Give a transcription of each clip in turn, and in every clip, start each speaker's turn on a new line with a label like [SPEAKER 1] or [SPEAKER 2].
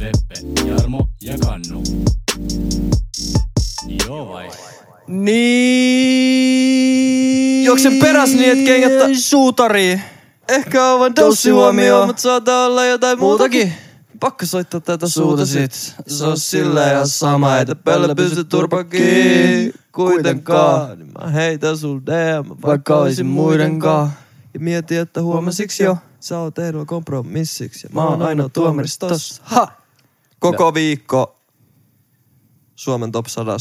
[SPEAKER 1] Veppe, Jarmo ja Kannu. Joo vai?
[SPEAKER 2] Niin.
[SPEAKER 3] Juoksen peräs niin, et kengät ta-
[SPEAKER 2] Suutari.
[SPEAKER 3] Ehkä on vain
[SPEAKER 2] Tossihuomio.
[SPEAKER 3] tossihuomio, mutta saattaa olla jotain muutakin.
[SPEAKER 2] Pakko soittaa tätä
[SPEAKER 3] Suuta sit, se on sillä ja sama, että pöllä pysty turpa kiinni. Kuitenkaan, niin mä heitän sul DM, vaikka olisin muidenkaan. Ja mieti, että huomasiksi jo, sä oot ehdolla kompromissiksi. Ja mä oon aina tuomaris tossa. Ha! Koko viikko Suomen top 100.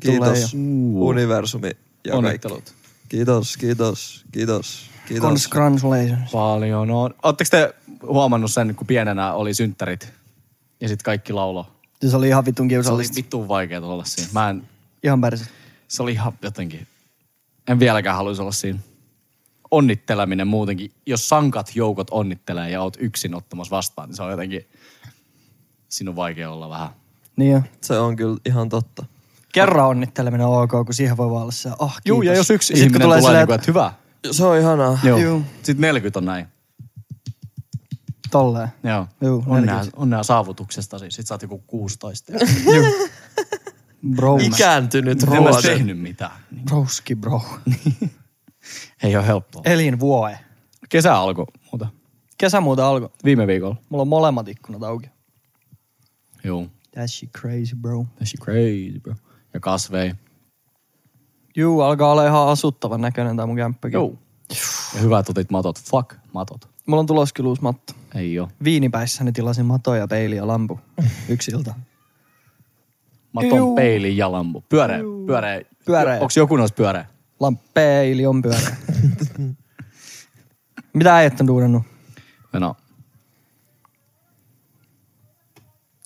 [SPEAKER 3] Kiitos universumi ja kaikki.
[SPEAKER 1] Onnittelut.
[SPEAKER 3] Kiitos, kiitos, kiitos, kiitos.
[SPEAKER 2] Congratulations.
[SPEAKER 1] Paljon on. Oletteko te huomannut sen, kun pienenä oli synttärit ja sitten kaikki laulo?
[SPEAKER 2] Se oli ihan vitun
[SPEAKER 1] Se oli vitun vaikea olla siinä. Mä en,
[SPEAKER 2] Ihan pärsi.
[SPEAKER 1] se oli ihan jotenkin, en vieläkään haluaisi olla siinä. Onnitteleminen muutenkin, jos sankat joukot onnittelee ja oot yksin ottamassa vastaan, niin se on jotenkin, sinun vaikea olla vähän.
[SPEAKER 2] Niin jo.
[SPEAKER 3] Se on kyllä ihan totta.
[SPEAKER 2] Kerran onnitteleminen on ok, kun siihen voi vaan olla se, ah kiitos.
[SPEAKER 1] Juu, ja jos yksi
[SPEAKER 2] sit kun
[SPEAKER 1] ihminen tulee, tulee
[SPEAKER 2] silleen,
[SPEAKER 1] niin kuin, että hyvä.
[SPEAKER 3] Se on ihanaa.
[SPEAKER 1] Joo.
[SPEAKER 2] Juu.
[SPEAKER 1] Sitten 40 on näin.
[SPEAKER 2] Tolleen.
[SPEAKER 1] Joo.
[SPEAKER 2] Juu,
[SPEAKER 1] onnea,
[SPEAKER 2] 40.
[SPEAKER 1] onnea saavutuksestasi. Sitten sä oot joku 16.
[SPEAKER 2] Bro.
[SPEAKER 3] Niin. Ikääntynyt
[SPEAKER 1] En mä ois
[SPEAKER 3] vuoden.
[SPEAKER 1] tehnyt mitään. Niin
[SPEAKER 2] Broski bro.
[SPEAKER 1] Ei ole helppoa.
[SPEAKER 2] Elin vuoe.
[SPEAKER 1] Kesä alkoi muuta.
[SPEAKER 2] Kesä muuten alkoi.
[SPEAKER 1] Viime viikolla.
[SPEAKER 2] Mulla on molemmat ikkunat auki.
[SPEAKER 1] Joo.
[SPEAKER 2] That shit crazy bro.
[SPEAKER 1] That's crazy, bro. Ja kasvei.
[SPEAKER 2] Juu, alkaa olla ihan asuttavan näköinen tää mun kämppäkin.
[SPEAKER 1] Joo. Ja hyvä, että otit matot. Fuck, matot.
[SPEAKER 2] Mulla on tulos kyllä uusi matto.
[SPEAKER 1] Ei oo.
[SPEAKER 2] Viinipäissäni tilasin matoja, peili ja lampu. Yksi ilta. Juu.
[SPEAKER 1] Maton peili ja lampu. Pyöreä, pyöreä.
[SPEAKER 2] Pyöreä.
[SPEAKER 1] Onks joku noista pyöreä?
[SPEAKER 2] Lamp, peili on pyörä. Mitä äijät on duunannut?
[SPEAKER 1] No.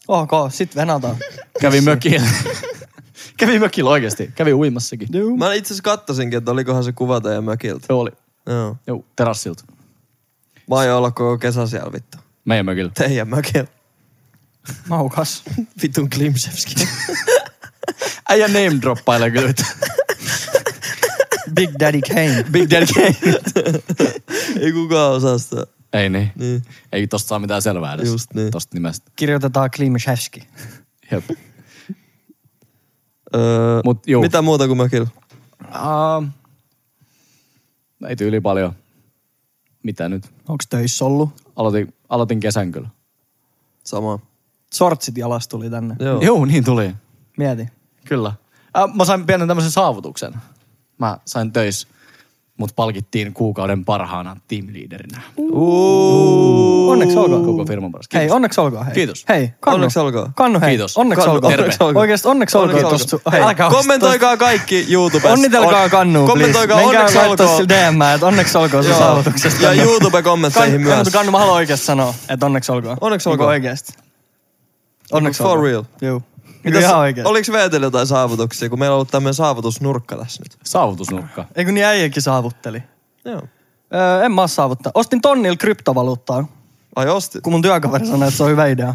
[SPEAKER 2] Ok, sit venataan.
[SPEAKER 1] Kävi mökillä. Kävi mökillä oikeesti. Kävi uimassakin.
[SPEAKER 3] Mä itse asiassa kattosinkin, että olikohan se kuva teidän mökiltä.
[SPEAKER 1] Se oli.
[SPEAKER 3] Joo.
[SPEAKER 1] Joo, terassilta.
[SPEAKER 3] Mä aion olla koko kesä siellä vittu.
[SPEAKER 1] Meidän mökillä.
[SPEAKER 3] Teidän mökillä.
[SPEAKER 2] Maukas.
[SPEAKER 3] Vitun Klimsevski.
[SPEAKER 1] Äijä name droppailee kyllä. nyt.
[SPEAKER 2] Big Daddy Kane.
[SPEAKER 1] Big Daddy Kane.
[SPEAKER 3] Ei kukaan osaa sitä.
[SPEAKER 1] Ei niin.
[SPEAKER 3] Niin.
[SPEAKER 1] Ei tosta saa mitään selvää edes.
[SPEAKER 3] Just niin.
[SPEAKER 1] Tosta nimestä.
[SPEAKER 2] Kirjoitetaan Klimashevski.
[SPEAKER 1] Jep.
[SPEAKER 3] Öö,
[SPEAKER 1] Mut juu.
[SPEAKER 3] Mitä muuta kuin mökillä?
[SPEAKER 1] Um, ei tyyli paljon. Mitä nyt?
[SPEAKER 2] Onks töissä ollut?
[SPEAKER 1] Aloitin, aloitin kesän kyllä.
[SPEAKER 3] Sama.
[SPEAKER 2] Sortsit jalas tuli tänne.
[SPEAKER 3] Joo.
[SPEAKER 1] Joo, niin tuli.
[SPEAKER 2] Mieti.
[SPEAKER 1] Kyllä. Äh, mä sain pienen tämmöisen saavutuksen. Mä sain töissä. Mut palkittiin kuukauden parhaana teamleaderinä.
[SPEAKER 2] Onneksi olkoon.
[SPEAKER 1] Koko firman paras.
[SPEAKER 2] Hei, onneksi olkoon. Hei.
[SPEAKER 1] Kiitos.
[SPEAKER 2] Hei, kannu.
[SPEAKER 3] Onneksi olkoon.
[SPEAKER 2] Kannu, hei.
[SPEAKER 1] Kiitos.
[SPEAKER 2] Onneksi
[SPEAKER 1] Kannu,
[SPEAKER 2] olkoon.
[SPEAKER 1] terve.
[SPEAKER 3] Onneksi olkoon.
[SPEAKER 2] Oikeesti onneksi olkoin.
[SPEAKER 3] Onneksi
[SPEAKER 2] tosta-
[SPEAKER 3] olkoon.
[SPEAKER 2] Hei,
[SPEAKER 3] Älkää Kommentoikaa kaikki YouTubessa.
[SPEAKER 2] Onnitelkaa
[SPEAKER 3] On-
[SPEAKER 2] kannua,
[SPEAKER 3] Kommentoikaa
[SPEAKER 2] please. Menkää
[SPEAKER 3] onneksi
[SPEAKER 2] laittaa
[SPEAKER 3] olkoon.
[SPEAKER 2] sille DM, että onneksi olkoon sun
[SPEAKER 3] Joo.
[SPEAKER 2] saavutuksesta.
[SPEAKER 3] Ja YouTube-kommentteihin
[SPEAKER 2] Kannu-
[SPEAKER 3] myös.
[SPEAKER 2] Kannu, mä haluan oikeesti sanoa, että onneksi olkoon.
[SPEAKER 3] Onneksi
[SPEAKER 2] Niinku
[SPEAKER 3] olkoon.
[SPEAKER 2] Oikeesti. Onneksi
[SPEAKER 3] for
[SPEAKER 2] olkoon.
[SPEAKER 3] real.
[SPEAKER 2] Juu. Mitä
[SPEAKER 3] Mitäs-
[SPEAKER 2] ihan oikeesti?
[SPEAKER 3] Oliks Veetellä jotain saavutuksia, kun meillä on ollut tämmönen saavutusnurkka tässä nyt?
[SPEAKER 1] Saavutusnurkka.
[SPEAKER 2] Ei kun niin äijäkin saavutteli.
[SPEAKER 3] Joo.
[SPEAKER 2] Öö, en mä oo saavuttanut. Ostin tonnilla kryptovaluuttaa,
[SPEAKER 3] Ai ostit?
[SPEAKER 2] kun mun työkaveri sanoi, että se on hyvä idea.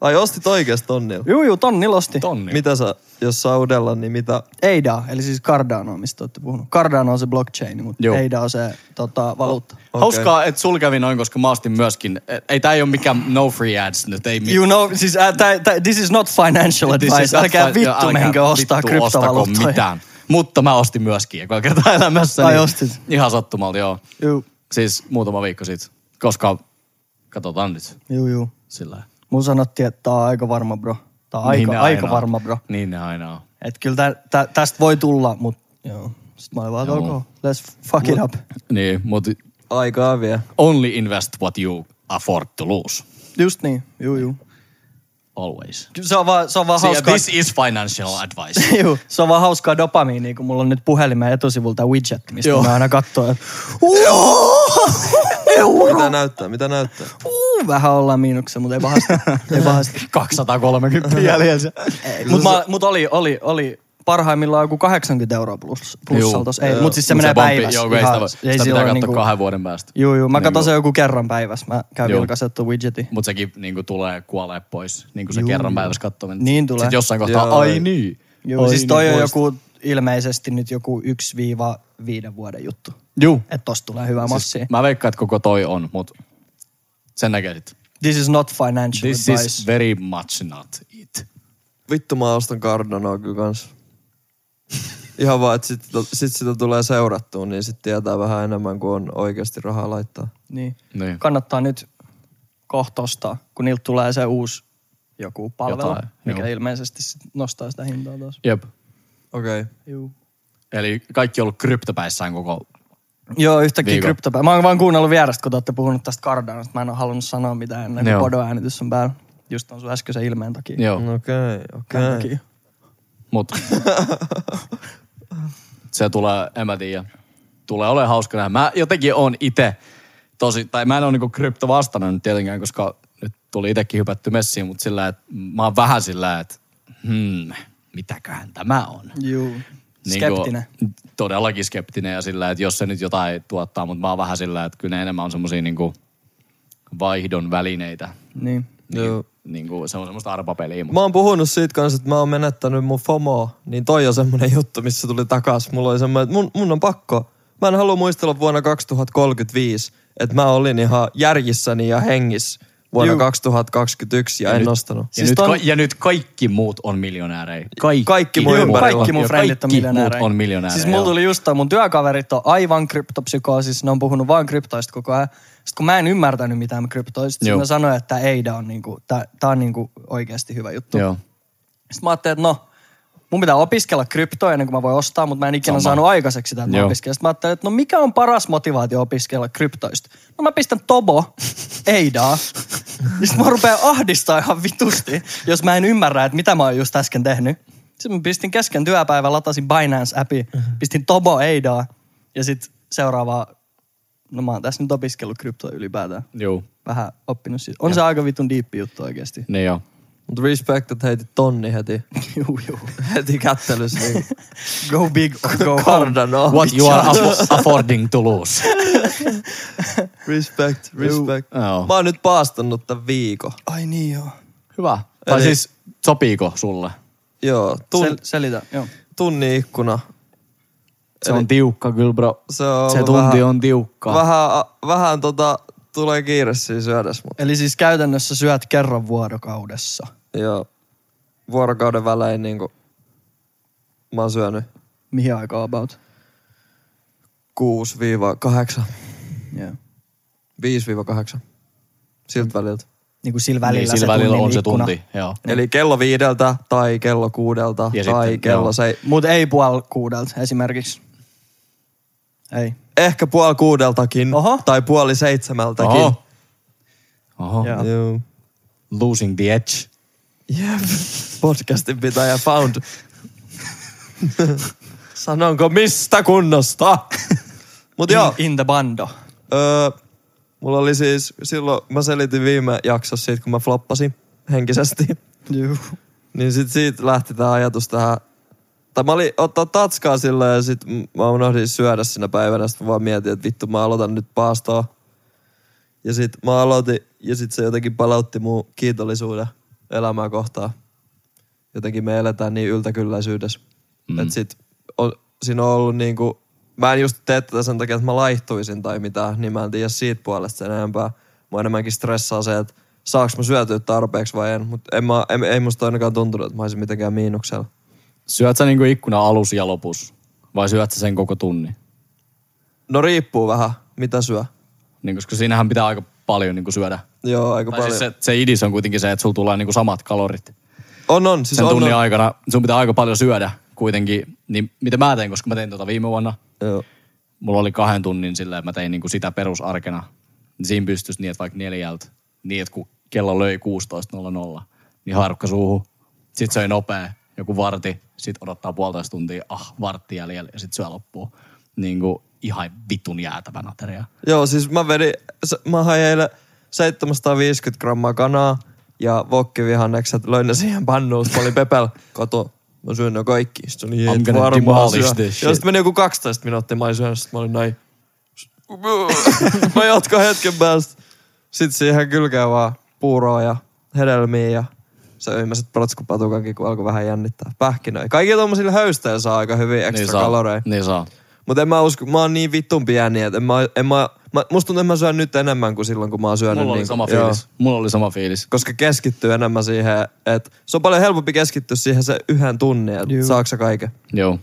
[SPEAKER 3] Ai ostit oikeesti tonnilla?
[SPEAKER 2] Juu, juu, tonnilla osti.
[SPEAKER 1] Tonni.
[SPEAKER 3] Mitä sä, jos saa udella, niin mitä?
[SPEAKER 2] Eida, eli siis Cardano, mistä olette puhunut. Cardano on se blockchain, mutta
[SPEAKER 1] Joo. Oh,
[SPEAKER 2] Eida on se tota, valuutta.
[SPEAKER 3] Okei.
[SPEAKER 1] Hauskaa, että sul kävi noin, koska mä ostin myöskin. et- Ei tää ei ole mikään no free ads nyt. Ei mitään.
[SPEAKER 2] You know, siis uh, tää, tää, this is not financial
[SPEAKER 1] This is
[SPEAKER 2] advice.
[SPEAKER 1] not
[SPEAKER 2] siis Älkää
[SPEAKER 1] fine.
[SPEAKER 2] vittu menkö ostaa
[SPEAKER 1] vittu ostako
[SPEAKER 2] kryptovaluuttoja.
[SPEAKER 1] mitään. Mutta mä ostin myöskin joka kerta elämässä.
[SPEAKER 2] Ai ostit.
[SPEAKER 1] Ihan sattumalta, joo.
[SPEAKER 2] Juu,
[SPEAKER 1] Siis muutama viikko sitten. Koska katsotaan nyt
[SPEAKER 2] juu, juu.
[SPEAKER 1] sillä Niin
[SPEAKER 2] Mun sanottiin, että tää on aika varma, bro. Tää on aika,
[SPEAKER 1] ne
[SPEAKER 2] aika
[SPEAKER 1] aina
[SPEAKER 2] varma,
[SPEAKER 1] on.
[SPEAKER 2] bro.
[SPEAKER 1] Niin ne aina on.
[SPEAKER 2] Et kyllä tä, tä, tästä voi tulla, mut joo. Sit mä olin vaan, että
[SPEAKER 1] Joo.
[SPEAKER 2] okay, let's fuck it up.
[SPEAKER 1] Niin, mutta
[SPEAKER 3] Aikaa vielä.
[SPEAKER 1] only invest what you afford to lose.
[SPEAKER 2] Just niin, juu, juu.
[SPEAKER 1] Always.
[SPEAKER 2] Kyllä se on vaan, se on vaan
[SPEAKER 1] See,
[SPEAKER 2] hauskaa.
[SPEAKER 1] this is financial advice.
[SPEAKER 2] Juu, se on vaan hauskaa dopamiinia, kun mulla on nyt puhelimen etusivulta widget, mistä
[SPEAKER 1] Joo.
[SPEAKER 2] mä aina katsoin.
[SPEAKER 3] Mitä näyttää? Mitä näyttää?
[SPEAKER 2] Juu, vähän ollaan miinuksessa, mutta ei pahasta. ei pahasta.
[SPEAKER 1] 230 jäljellä.
[SPEAKER 2] Mutta mut oli, oli, oli parhaimmillaan joku 80 euroa plus, plussalla tossa. Ei, mutta siis se
[SPEAKER 1] Mut
[SPEAKER 2] menee
[SPEAKER 1] bombi,
[SPEAKER 2] päivässä.
[SPEAKER 1] Joo, kun ei
[SPEAKER 2] ihan-
[SPEAKER 1] sitä, voi- sitä pitää
[SPEAKER 2] silloin
[SPEAKER 1] katsoa
[SPEAKER 2] niinku-
[SPEAKER 1] kahden vuoden päästä.
[SPEAKER 2] Juu, juu. Mä
[SPEAKER 1] Niinku-
[SPEAKER 2] katson sen joku kerran päivässä. Mä käyn
[SPEAKER 1] Juu.
[SPEAKER 2] vilkaisemaan tuon widgetin.
[SPEAKER 1] Mutta sekin niinku tulee kuolee pois, niin kuin se
[SPEAKER 2] Juu,
[SPEAKER 1] kerran
[SPEAKER 2] juu.
[SPEAKER 1] päivässä katsominen.
[SPEAKER 2] Niin tulee.
[SPEAKER 1] Sitten jossain kohtaa,
[SPEAKER 3] Joo.
[SPEAKER 1] ai niin.
[SPEAKER 2] Joo,
[SPEAKER 1] ai
[SPEAKER 2] siis
[SPEAKER 1] niin,
[SPEAKER 2] toi on
[SPEAKER 1] pois.
[SPEAKER 2] joku ilmeisesti nyt joku 1-5 vuoden juttu.
[SPEAKER 1] Juu.
[SPEAKER 2] Että tosta tulee hyvä massi.
[SPEAKER 1] Siis mä veikkaan, että koko toi on, mutta sen näkee sit.
[SPEAKER 2] This is not financial
[SPEAKER 1] This
[SPEAKER 2] advice.
[SPEAKER 1] is very much not it.
[SPEAKER 3] Vittu mä ostan Cardanoa kyllä kans. Ihan vaan, että sit, sit sitä tulee seurattua, niin sit tietää vähän enemmän kuin on oikeasti rahaa laittaa.
[SPEAKER 2] Niin.
[SPEAKER 1] Niin.
[SPEAKER 2] Kannattaa nyt kohtosta, kun niiltä tulee se uusi joku palvelu,
[SPEAKER 1] Jotain,
[SPEAKER 2] mikä
[SPEAKER 1] joo.
[SPEAKER 2] ilmeisesti sit nostaa sitä hintaa taas.
[SPEAKER 1] Jep.
[SPEAKER 3] Okei. Okay.
[SPEAKER 2] Juu.
[SPEAKER 1] Eli kaikki on ollut kryptopäissään koko...
[SPEAKER 2] Joo, yhtäkkiä
[SPEAKER 1] Viikon.
[SPEAKER 2] kryptopä. Mä oon vaan kuunnellut vierestä, kun te olette puhunut tästä Cardanosta. Mä en ole halunnut sanoa mitään ennen kuin
[SPEAKER 1] Joo.
[SPEAKER 2] podoäänitys on päällä. Just on sun äskeisen ilmeen takia.
[SPEAKER 3] No
[SPEAKER 1] Joo.
[SPEAKER 3] Okei,
[SPEAKER 2] Tämän
[SPEAKER 3] okei.
[SPEAKER 2] takia.
[SPEAKER 1] Mut se tulee, en mä tiedä, tulee olemaan hauska nähdä. Mä jotenkin on itse tosi, tai mä en ole niinku krypto vastannut nyt tietenkään, koska nyt tuli itsekin hypätty messiin, mutta sillä, että mä oon vähän sillä, että hmm, mitäköhän tämä on.
[SPEAKER 2] Juu.
[SPEAKER 1] Niinku-
[SPEAKER 2] Skeptinen.
[SPEAKER 1] todellakin skeptinen ja sillä, että jos se nyt jotain tuottaa, mutta mä oon vähän sillä, että kyllä ne enemmän on semmosia niinku vaihdon välineitä.
[SPEAKER 2] Niin.
[SPEAKER 3] Joo.
[SPEAKER 1] Niinku, se on semmoista arpapeliä, mutta
[SPEAKER 3] Mä oon puhunut siitä kanssa, että mä oon menettänyt mun FOMO, niin toi on semmonen juttu, missä tuli takas. Mulla oli semmoinen, että mun, mun on pakko. Mä en halua muistella vuonna 2035, että mä olin ihan järjissäni ja hengissä vuonna
[SPEAKER 2] Juu.
[SPEAKER 3] 2021 ja, en
[SPEAKER 1] nyt-
[SPEAKER 3] nostanut.
[SPEAKER 1] Ja, siis nyt, ton... ja nyt kaikki muut on miljonäärejä. Kaikki,
[SPEAKER 3] Kaikki mun
[SPEAKER 1] Joo,
[SPEAKER 3] ympärillä.
[SPEAKER 2] Kaikki mun
[SPEAKER 1] joo,
[SPEAKER 2] frendit on
[SPEAKER 1] kaikki
[SPEAKER 2] miljonäärejä.
[SPEAKER 1] muut on miljonäärejä.
[SPEAKER 2] Siis mulla tuli just toi, mun työkaverit on aivan kryptopsykoosissa, ne on puhunut vaan kryptoista koko ajan. Sitten kun mä en ymmärtänyt mitään kryptoista,
[SPEAKER 1] Joo.
[SPEAKER 2] sitten mä sanoin, että tää Eida on niinku, tää, tää on niinku oikeasti hyvä juttu.
[SPEAKER 1] Joo.
[SPEAKER 2] Sitten mä ajattelin, että no, mun pitää opiskella kryptoa ennen kuin mä voin ostaa, mutta mä en ikinä
[SPEAKER 1] Sama.
[SPEAKER 2] saanut aikaiseksi sitä, että mä
[SPEAKER 1] Joo.
[SPEAKER 2] opiskelen. Sitten mä ajattelin, että no mikä on paras motivaatio opiskella kryptoista? No mä pistän Tobo, Eidaa. Ja sit mä rupean ahdistaa ihan vitusti, jos mä en ymmärrä, että mitä mä oon just äsken tehnyt. Sitten mä pistin kesken työpäivän, latasin Binance-appi, pistin Tobo, Eidaa. Ja sitten seuraavaa, no mä oon tässä nyt opiskellut kryptoa ylipäätään.
[SPEAKER 1] Joo.
[SPEAKER 2] Vähän oppinut siitä. On se aika vitun diippi juttu oikeasti.
[SPEAKER 1] Niin joo.
[SPEAKER 3] Mutta respect, että heitit tonni heti.
[SPEAKER 2] Juu, juu.
[SPEAKER 3] heti kättelyssä. Niin.
[SPEAKER 2] Go big or go home.
[SPEAKER 3] Cardano.
[SPEAKER 1] What you are affo- affording to lose.
[SPEAKER 3] Respect, respect.
[SPEAKER 1] Joo.
[SPEAKER 3] Mä oon nyt paastannut tän viikon.
[SPEAKER 2] Ai niin joo.
[SPEAKER 1] Hyvä. Tai
[SPEAKER 3] Eli-
[SPEAKER 1] siis sopiiko sulle?
[SPEAKER 3] Joo, tun,
[SPEAKER 2] Sel- selitä, joo.
[SPEAKER 3] tunni ikkuna.
[SPEAKER 1] Se on tiukka kyllä bro.
[SPEAKER 3] Se on
[SPEAKER 1] Se
[SPEAKER 3] ollut
[SPEAKER 1] tunti
[SPEAKER 3] vähän-
[SPEAKER 1] on tiukka.
[SPEAKER 3] Vähän, vähän tota, tulee kiire siinä syödessä, mutta
[SPEAKER 2] Eli siis käytännössä syöt kerran vuorokaudessa.
[SPEAKER 3] joo. Vuorokauden välein niinku, mä oon syönyt
[SPEAKER 2] Mihin aikaan about?
[SPEAKER 3] 6-8,
[SPEAKER 2] Joo.
[SPEAKER 3] 5-8, siltä väliltä.
[SPEAKER 2] Niin kuin sillä välillä,
[SPEAKER 1] niin, sillä
[SPEAKER 2] se
[SPEAKER 1] välillä
[SPEAKER 2] tunnin
[SPEAKER 1] on se
[SPEAKER 2] ikkuna.
[SPEAKER 1] tunti. Joo.
[SPEAKER 3] Eli kello viideltä tai kello kuudelta
[SPEAKER 1] Ja
[SPEAKER 3] tai
[SPEAKER 1] sitten,
[SPEAKER 3] kello
[SPEAKER 1] joo.
[SPEAKER 3] se,
[SPEAKER 2] Mut ei puoli kuudelta esimerkiksi. Ei.
[SPEAKER 3] ehkä puoli kuudeltakin
[SPEAKER 2] Oho.
[SPEAKER 3] tai puoli seitsemältäkin.
[SPEAKER 1] Oho. Oho.
[SPEAKER 2] Joo.
[SPEAKER 3] Joo.
[SPEAKER 1] Losing the edge.
[SPEAKER 3] Jep, podcastin pitäjä found. Sanonko mistä kunnosta? Mut joo,
[SPEAKER 2] In, in the bando.
[SPEAKER 3] öö, mulla oli siis, silloin mä selitin viime jaksossa siitä, kun mä floppasin henkisesti.
[SPEAKER 2] Juu.
[SPEAKER 3] Niin sit siitä lähti tää ajatus tähän. Tai mä olin ottaa tatskaa silleen ja sit m- mä unohdin syödä sinä päivänä. Sit mä vaan mietin, että vittu mä aloitan nyt paastoa. Ja sit mä aloitin ja sit se jotenkin palautti mun kiitollisuuden elämää kohtaan. Jotenkin me eletään niin yltäkylläisyydessä. Mm. Et sit on, siinä on ollut niinku, mä en just tee tätä sen takia, että mä laihtuisin tai mitään, niin mä en tiedä siitä puolesta sen enempää. Mua enemmänkin stressaa se, että saaks mä syötyä tarpeeksi vai en. Mutta en mä, en, ei musta ainakaan tuntunut, että mä olisin mitenkään miinuksella.
[SPEAKER 1] Syöt sä niinku ikkuna alus ja lopus? Vai syöt sä sen koko tunni?
[SPEAKER 3] No riippuu vähän, mitä syö.
[SPEAKER 1] Niin, koska siinähän pitää aika paljon niinku syödä.
[SPEAKER 3] Joo, aika
[SPEAKER 1] Tai
[SPEAKER 3] paljon.
[SPEAKER 1] siis se, se idis on kuitenkin se, että sulla tulee niinku samat kalorit.
[SPEAKER 3] on, on. Siis
[SPEAKER 1] sen
[SPEAKER 3] on,
[SPEAKER 1] tunnin
[SPEAKER 3] on.
[SPEAKER 1] aikana. Sun pitää aika paljon syödä kuitenkin. Niin mitä mä tein, koska mä tein tota viime vuonna.
[SPEAKER 3] Joo.
[SPEAKER 1] Mulla oli kahden tunnin sillä, että mä tein niinku sitä perusarkena. Niin siinä pystyisi niin, että vaikka neljältä, niin että kun kello löi 16.00, niin harukka suuhun. Sitten söi nopea, joku varti, sitten odottaa puolitoista tuntia, ah, vartti jäljellä ja sitten syö loppuun. Niin kuin ihan vitun jäätävän ateria.
[SPEAKER 3] Joo, siis mä vedin, s- mä hain eilen 750 grammaa kanaa ja vokkivihannekset. Löin ne siihen pannuun. Sitten mä olin pepel. Kato, mä syön ne kaikki. Sitten se oli
[SPEAKER 1] I'm
[SPEAKER 3] "Et
[SPEAKER 1] gonna
[SPEAKER 3] varmaan
[SPEAKER 1] demolish
[SPEAKER 3] syö.
[SPEAKER 1] this
[SPEAKER 3] Ja
[SPEAKER 1] shit.
[SPEAKER 3] sitten meni joku 12 minuuttia. Mä olin syönyt. Sitten mä olin näin. mä jatkan hetken päästä. Sitten siihen kylkeen vaan puuroa ja hedelmiä ja se yhmäiset protskupatukankin, kun alkoi vähän jännittää. Pähkinöi. Kaikilla tommosilla höysteillä saa aika hyvin
[SPEAKER 1] Niin
[SPEAKER 3] ekstra
[SPEAKER 1] saa.
[SPEAKER 3] kaloreja.
[SPEAKER 1] Niin saa.
[SPEAKER 3] Mutta en mä usko, mä oon niin vittun pieni, että en mä, en mä, mä, musta tuntuu, että mä syön nyt enemmän kuin silloin, kun mä oon syönyt.
[SPEAKER 1] Mulla oli
[SPEAKER 3] niin,
[SPEAKER 1] sama fiilis. Mulla oli sama fiilis.
[SPEAKER 3] koska keskittyy enemmän siihen, että se on paljon helpompi keskittyä siihen se yhden tunnin, että saako sä kaiken.
[SPEAKER 1] Joo.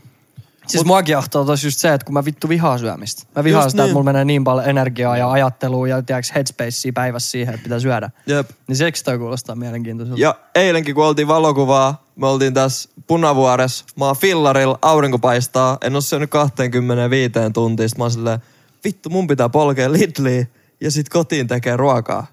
[SPEAKER 2] Siis muakin ahtoo tos just se, että kun mä vittu vihaan syömistä. Mä vihaan
[SPEAKER 3] Just
[SPEAKER 2] sitä, niin. että
[SPEAKER 3] niin.
[SPEAKER 2] mulla menee niin paljon energiaa ja ajattelua ja tiedäks headspacea päivässä siihen, että pitää syödä.
[SPEAKER 3] Jep.
[SPEAKER 2] Niin seksi toi kuulostaa mielenkiintoiselta.
[SPEAKER 3] Ja eilenkin, kun oltiin valokuvaa, me oltiin tässä punavuores, mä oon fillarilla, aurinko paistaa, en oo syönyt 25 tuntia, sit mä oon silleen, vittu mun pitää polkea Lidliin ja sit kotiin tekee ruokaa.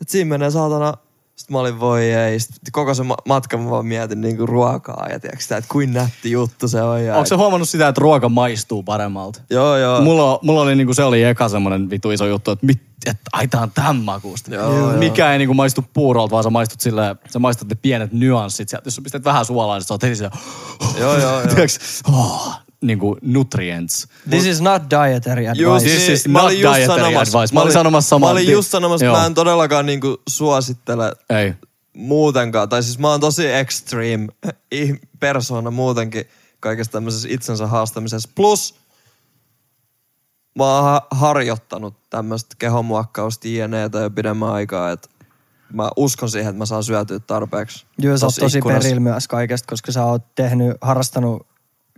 [SPEAKER 3] Et siinä menee saatana, sit mä olin voi ei, sit koko se ma- matka mä vaan mietin niinku ruokaa ja tiiäks sitä, että kuin nätti juttu se on. Ja
[SPEAKER 1] Onko se huomannut sitä, että ruoka maistuu paremmalta?
[SPEAKER 3] Joo, joo.
[SPEAKER 1] Mulla, mulla oli niinku, se oli eka semmonen vitu iso juttu, että mit, että ai tää on tämän makuusta.
[SPEAKER 3] Joo, joo.
[SPEAKER 1] Mikä ei niinku maistu puurolta, vaan sä maistut sillä, sä maistat ne pienet nyanssit. Sieltä, jos sä pistät vähän suolaa, niin sä oot heti siellä,
[SPEAKER 3] Joo, joo, joo.
[SPEAKER 1] tiiäks, oh, niinku nutrients.
[SPEAKER 2] This is not dietary advice.
[SPEAKER 1] Just
[SPEAKER 3] niin.
[SPEAKER 1] This is siis not dietary advice. Mä olin sanomassa saman
[SPEAKER 3] Mä olin
[SPEAKER 1] tien.
[SPEAKER 3] just sanomassa, että
[SPEAKER 1] Joo.
[SPEAKER 3] mä en todellakaan niinku suosittele
[SPEAKER 1] Ei.
[SPEAKER 3] muutenkaan, tai siis mä oon tosi extreme ih- persona muutenkin kaikessa tämmöisessä itsensä haastamisessa. Plus mä oon ha- harjoittanut tämmöistä kehonmuokkausta jne. jo pidemmän aikaa, että mä uskon siihen, että mä saan syötyä tarpeeksi.
[SPEAKER 2] Joo, sä oot
[SPEAKER 3] tossa
[SPEAKER 2] tosi
[SPEAKER 3] ikkunassa.
[SPEAKER 2] perillä myös kaikesta, koska sä oot tehnyt, harrastanut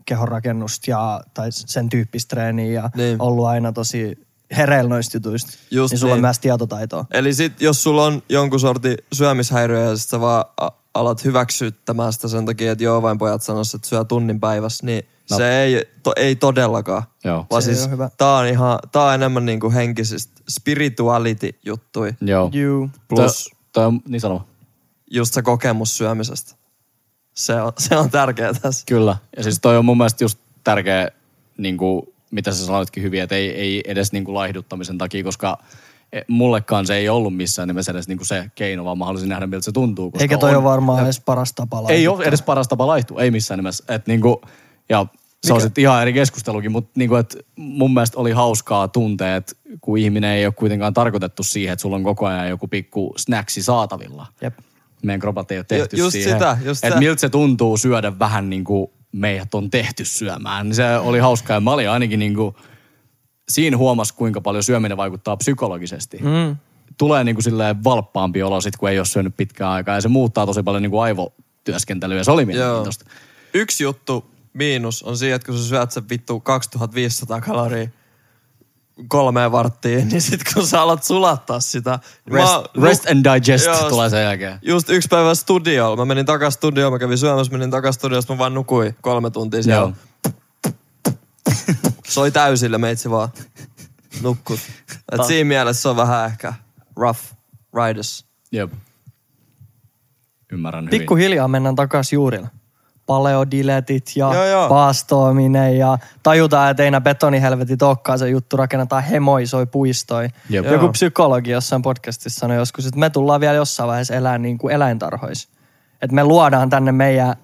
[SPEAKER 2] kehonrakennusta ja, tai sen tyyppistä treeniä ja
[SPEAKER 3] Niin.
[SPEAKER 2] ollut aina tosi hereillä noista jutuista.
[SPEAKER 3] Just
[SPEAKER 2] niin sulla on
[SPEAKER 3] niin.
[SPEAKER 2] myös tietotaitoa.
[SPEAKER 3] Eli sit, jos sulla on jonkun sortin syömishäiriö ja sit sä vaan a- alat hyväksyttämään sitä sen takia, että joo vain pojat sanois, että syö tunnin päivässä, niin
[SPEAKER 1] No.
[SPEAKER 3] no. se ei, to, ei todellakaan.
[SPEAKER 1] Joo.
[SPEAKER 3] Vaan
[SPEAKER 2] Se
[SPEAKER 3] siis
[SPEAKER 2] ei oo hyvä.
[SPEAKER 3] tää on ihan, tää on enemmän niinku henkisistä spirituality juttui.
[SPEAKER 1] Joo.
[SPEAKER 2] Juu.
[SPEAKER 3] Plus
[SPEAKER 1] Toi- Toi, on niin sanoma.
[SPEAKER 3] just se kokemus syömisestä. Se on, se on tärkeää tässä.
[SPEAKER 1] Kyllä. Ja siis toi on mun mielestä just tärkeä, niin kuin, mitä sä sanoitkin hyvin, että ei, ei edes niin kuin laihduttamisen takia, koska e, mullekaan se ei ollut missään nimessä edes niin kuin se keino, vaan mä halusin nähdä, miltä se tuntuu. Koska
[SPEAKER 2] Eikä toi
[SPEAKER 1] on-
[SPEAKER 2] ole varmaan edes paras tapa
[SPEAKER 1] Ei
[SPEAKER 2] laittaa.
[SPEAKER 1] ole edes paras tapa laihtua, ei missään nimessä. Et niin kuin, ja se on sitten ihan eri keskustelukin, mutta niin kuin, et mun mielestä oli hauskaa tuntea, että kun ihminen ei ole kuitenkaan tarkoitettu siihen, että sulla on koko ajan joku pikku snacksi saatavilla.
[SPEAKER 2] Jep.
[SPEAKER 1] Meidän kropat ei ole tehty
[SPEAKER 3] Ju- just
[SPEAKER 1] siihen.
[SPEAKER 3] sitä, just
[SPEAKER 1] että
[SPEAKER 3] sitä.
[SPEAKER 1] miltä se tuntuu syödä vähän niin kuin meidät on tehty syömään. Niin se oli hauskaa ja mä olin ainakin niin kuin, siinä huomas kuinka paljon syöminen vaikuttaa psykologisesti. Mm. Tulee niin kuin silleen valppaampi olo sit, kun ei ole syönyt pitkään aikaa ja se muuttaa tosi paljon niin kuin aivotyöskentelyä. Se oli mielenkiintoista.
[SPEAKER 3] Yksi juttu miinus on siinä, että kun sä syöt sen vittu 2500 kaloria kolmeen varttiin, niin sit kun sä alat sulattaa sitä. niin
[SPEAKER 1] Rest,
[SPEAKER 3] mä-
[SPEAKER 1] rest and digest
[SPEAKER 3] Joo,
[SPEAKER 1] tulee sen jälkeen.
[SPEAKER 3] Just yksi päivä studiolla. Mä menin takas studioon, mä kävin syömässä, menin takas studiosta, mä vaan nukuin kolme tuntia siellä.
[SPEAKER 1] Joo.
[SPEAKER 3] Soi täysillä, meitsi vaan nukkut. Et siinä mielessä se on vähän ehkä rough riders.
[SPEAKER 1] Jep. Ymmärrän hyvin.
[SPEAKER 2] Pikkuhiljaa mennään takas juurille. Paleodiletit ja
[SPEAKER 3] Joo, joo.
[SPEAKER 2] paastoaminen ja tajutaan, että ei nää betonihelvetit olekaan se juttu. Rakennetaan hemoi, soi puistoi.
[SPEAKER 1] Jep.
[SPEAKER 2] Joku
[SPEAKER 3] Joo.
[SPEAKER 2] psykologi jossain podcastissa sanoi joskus, että me tullaan vielä jossain vaiheessa elää niin kuin eläintarhoissa. Että me luodaan tänne meidän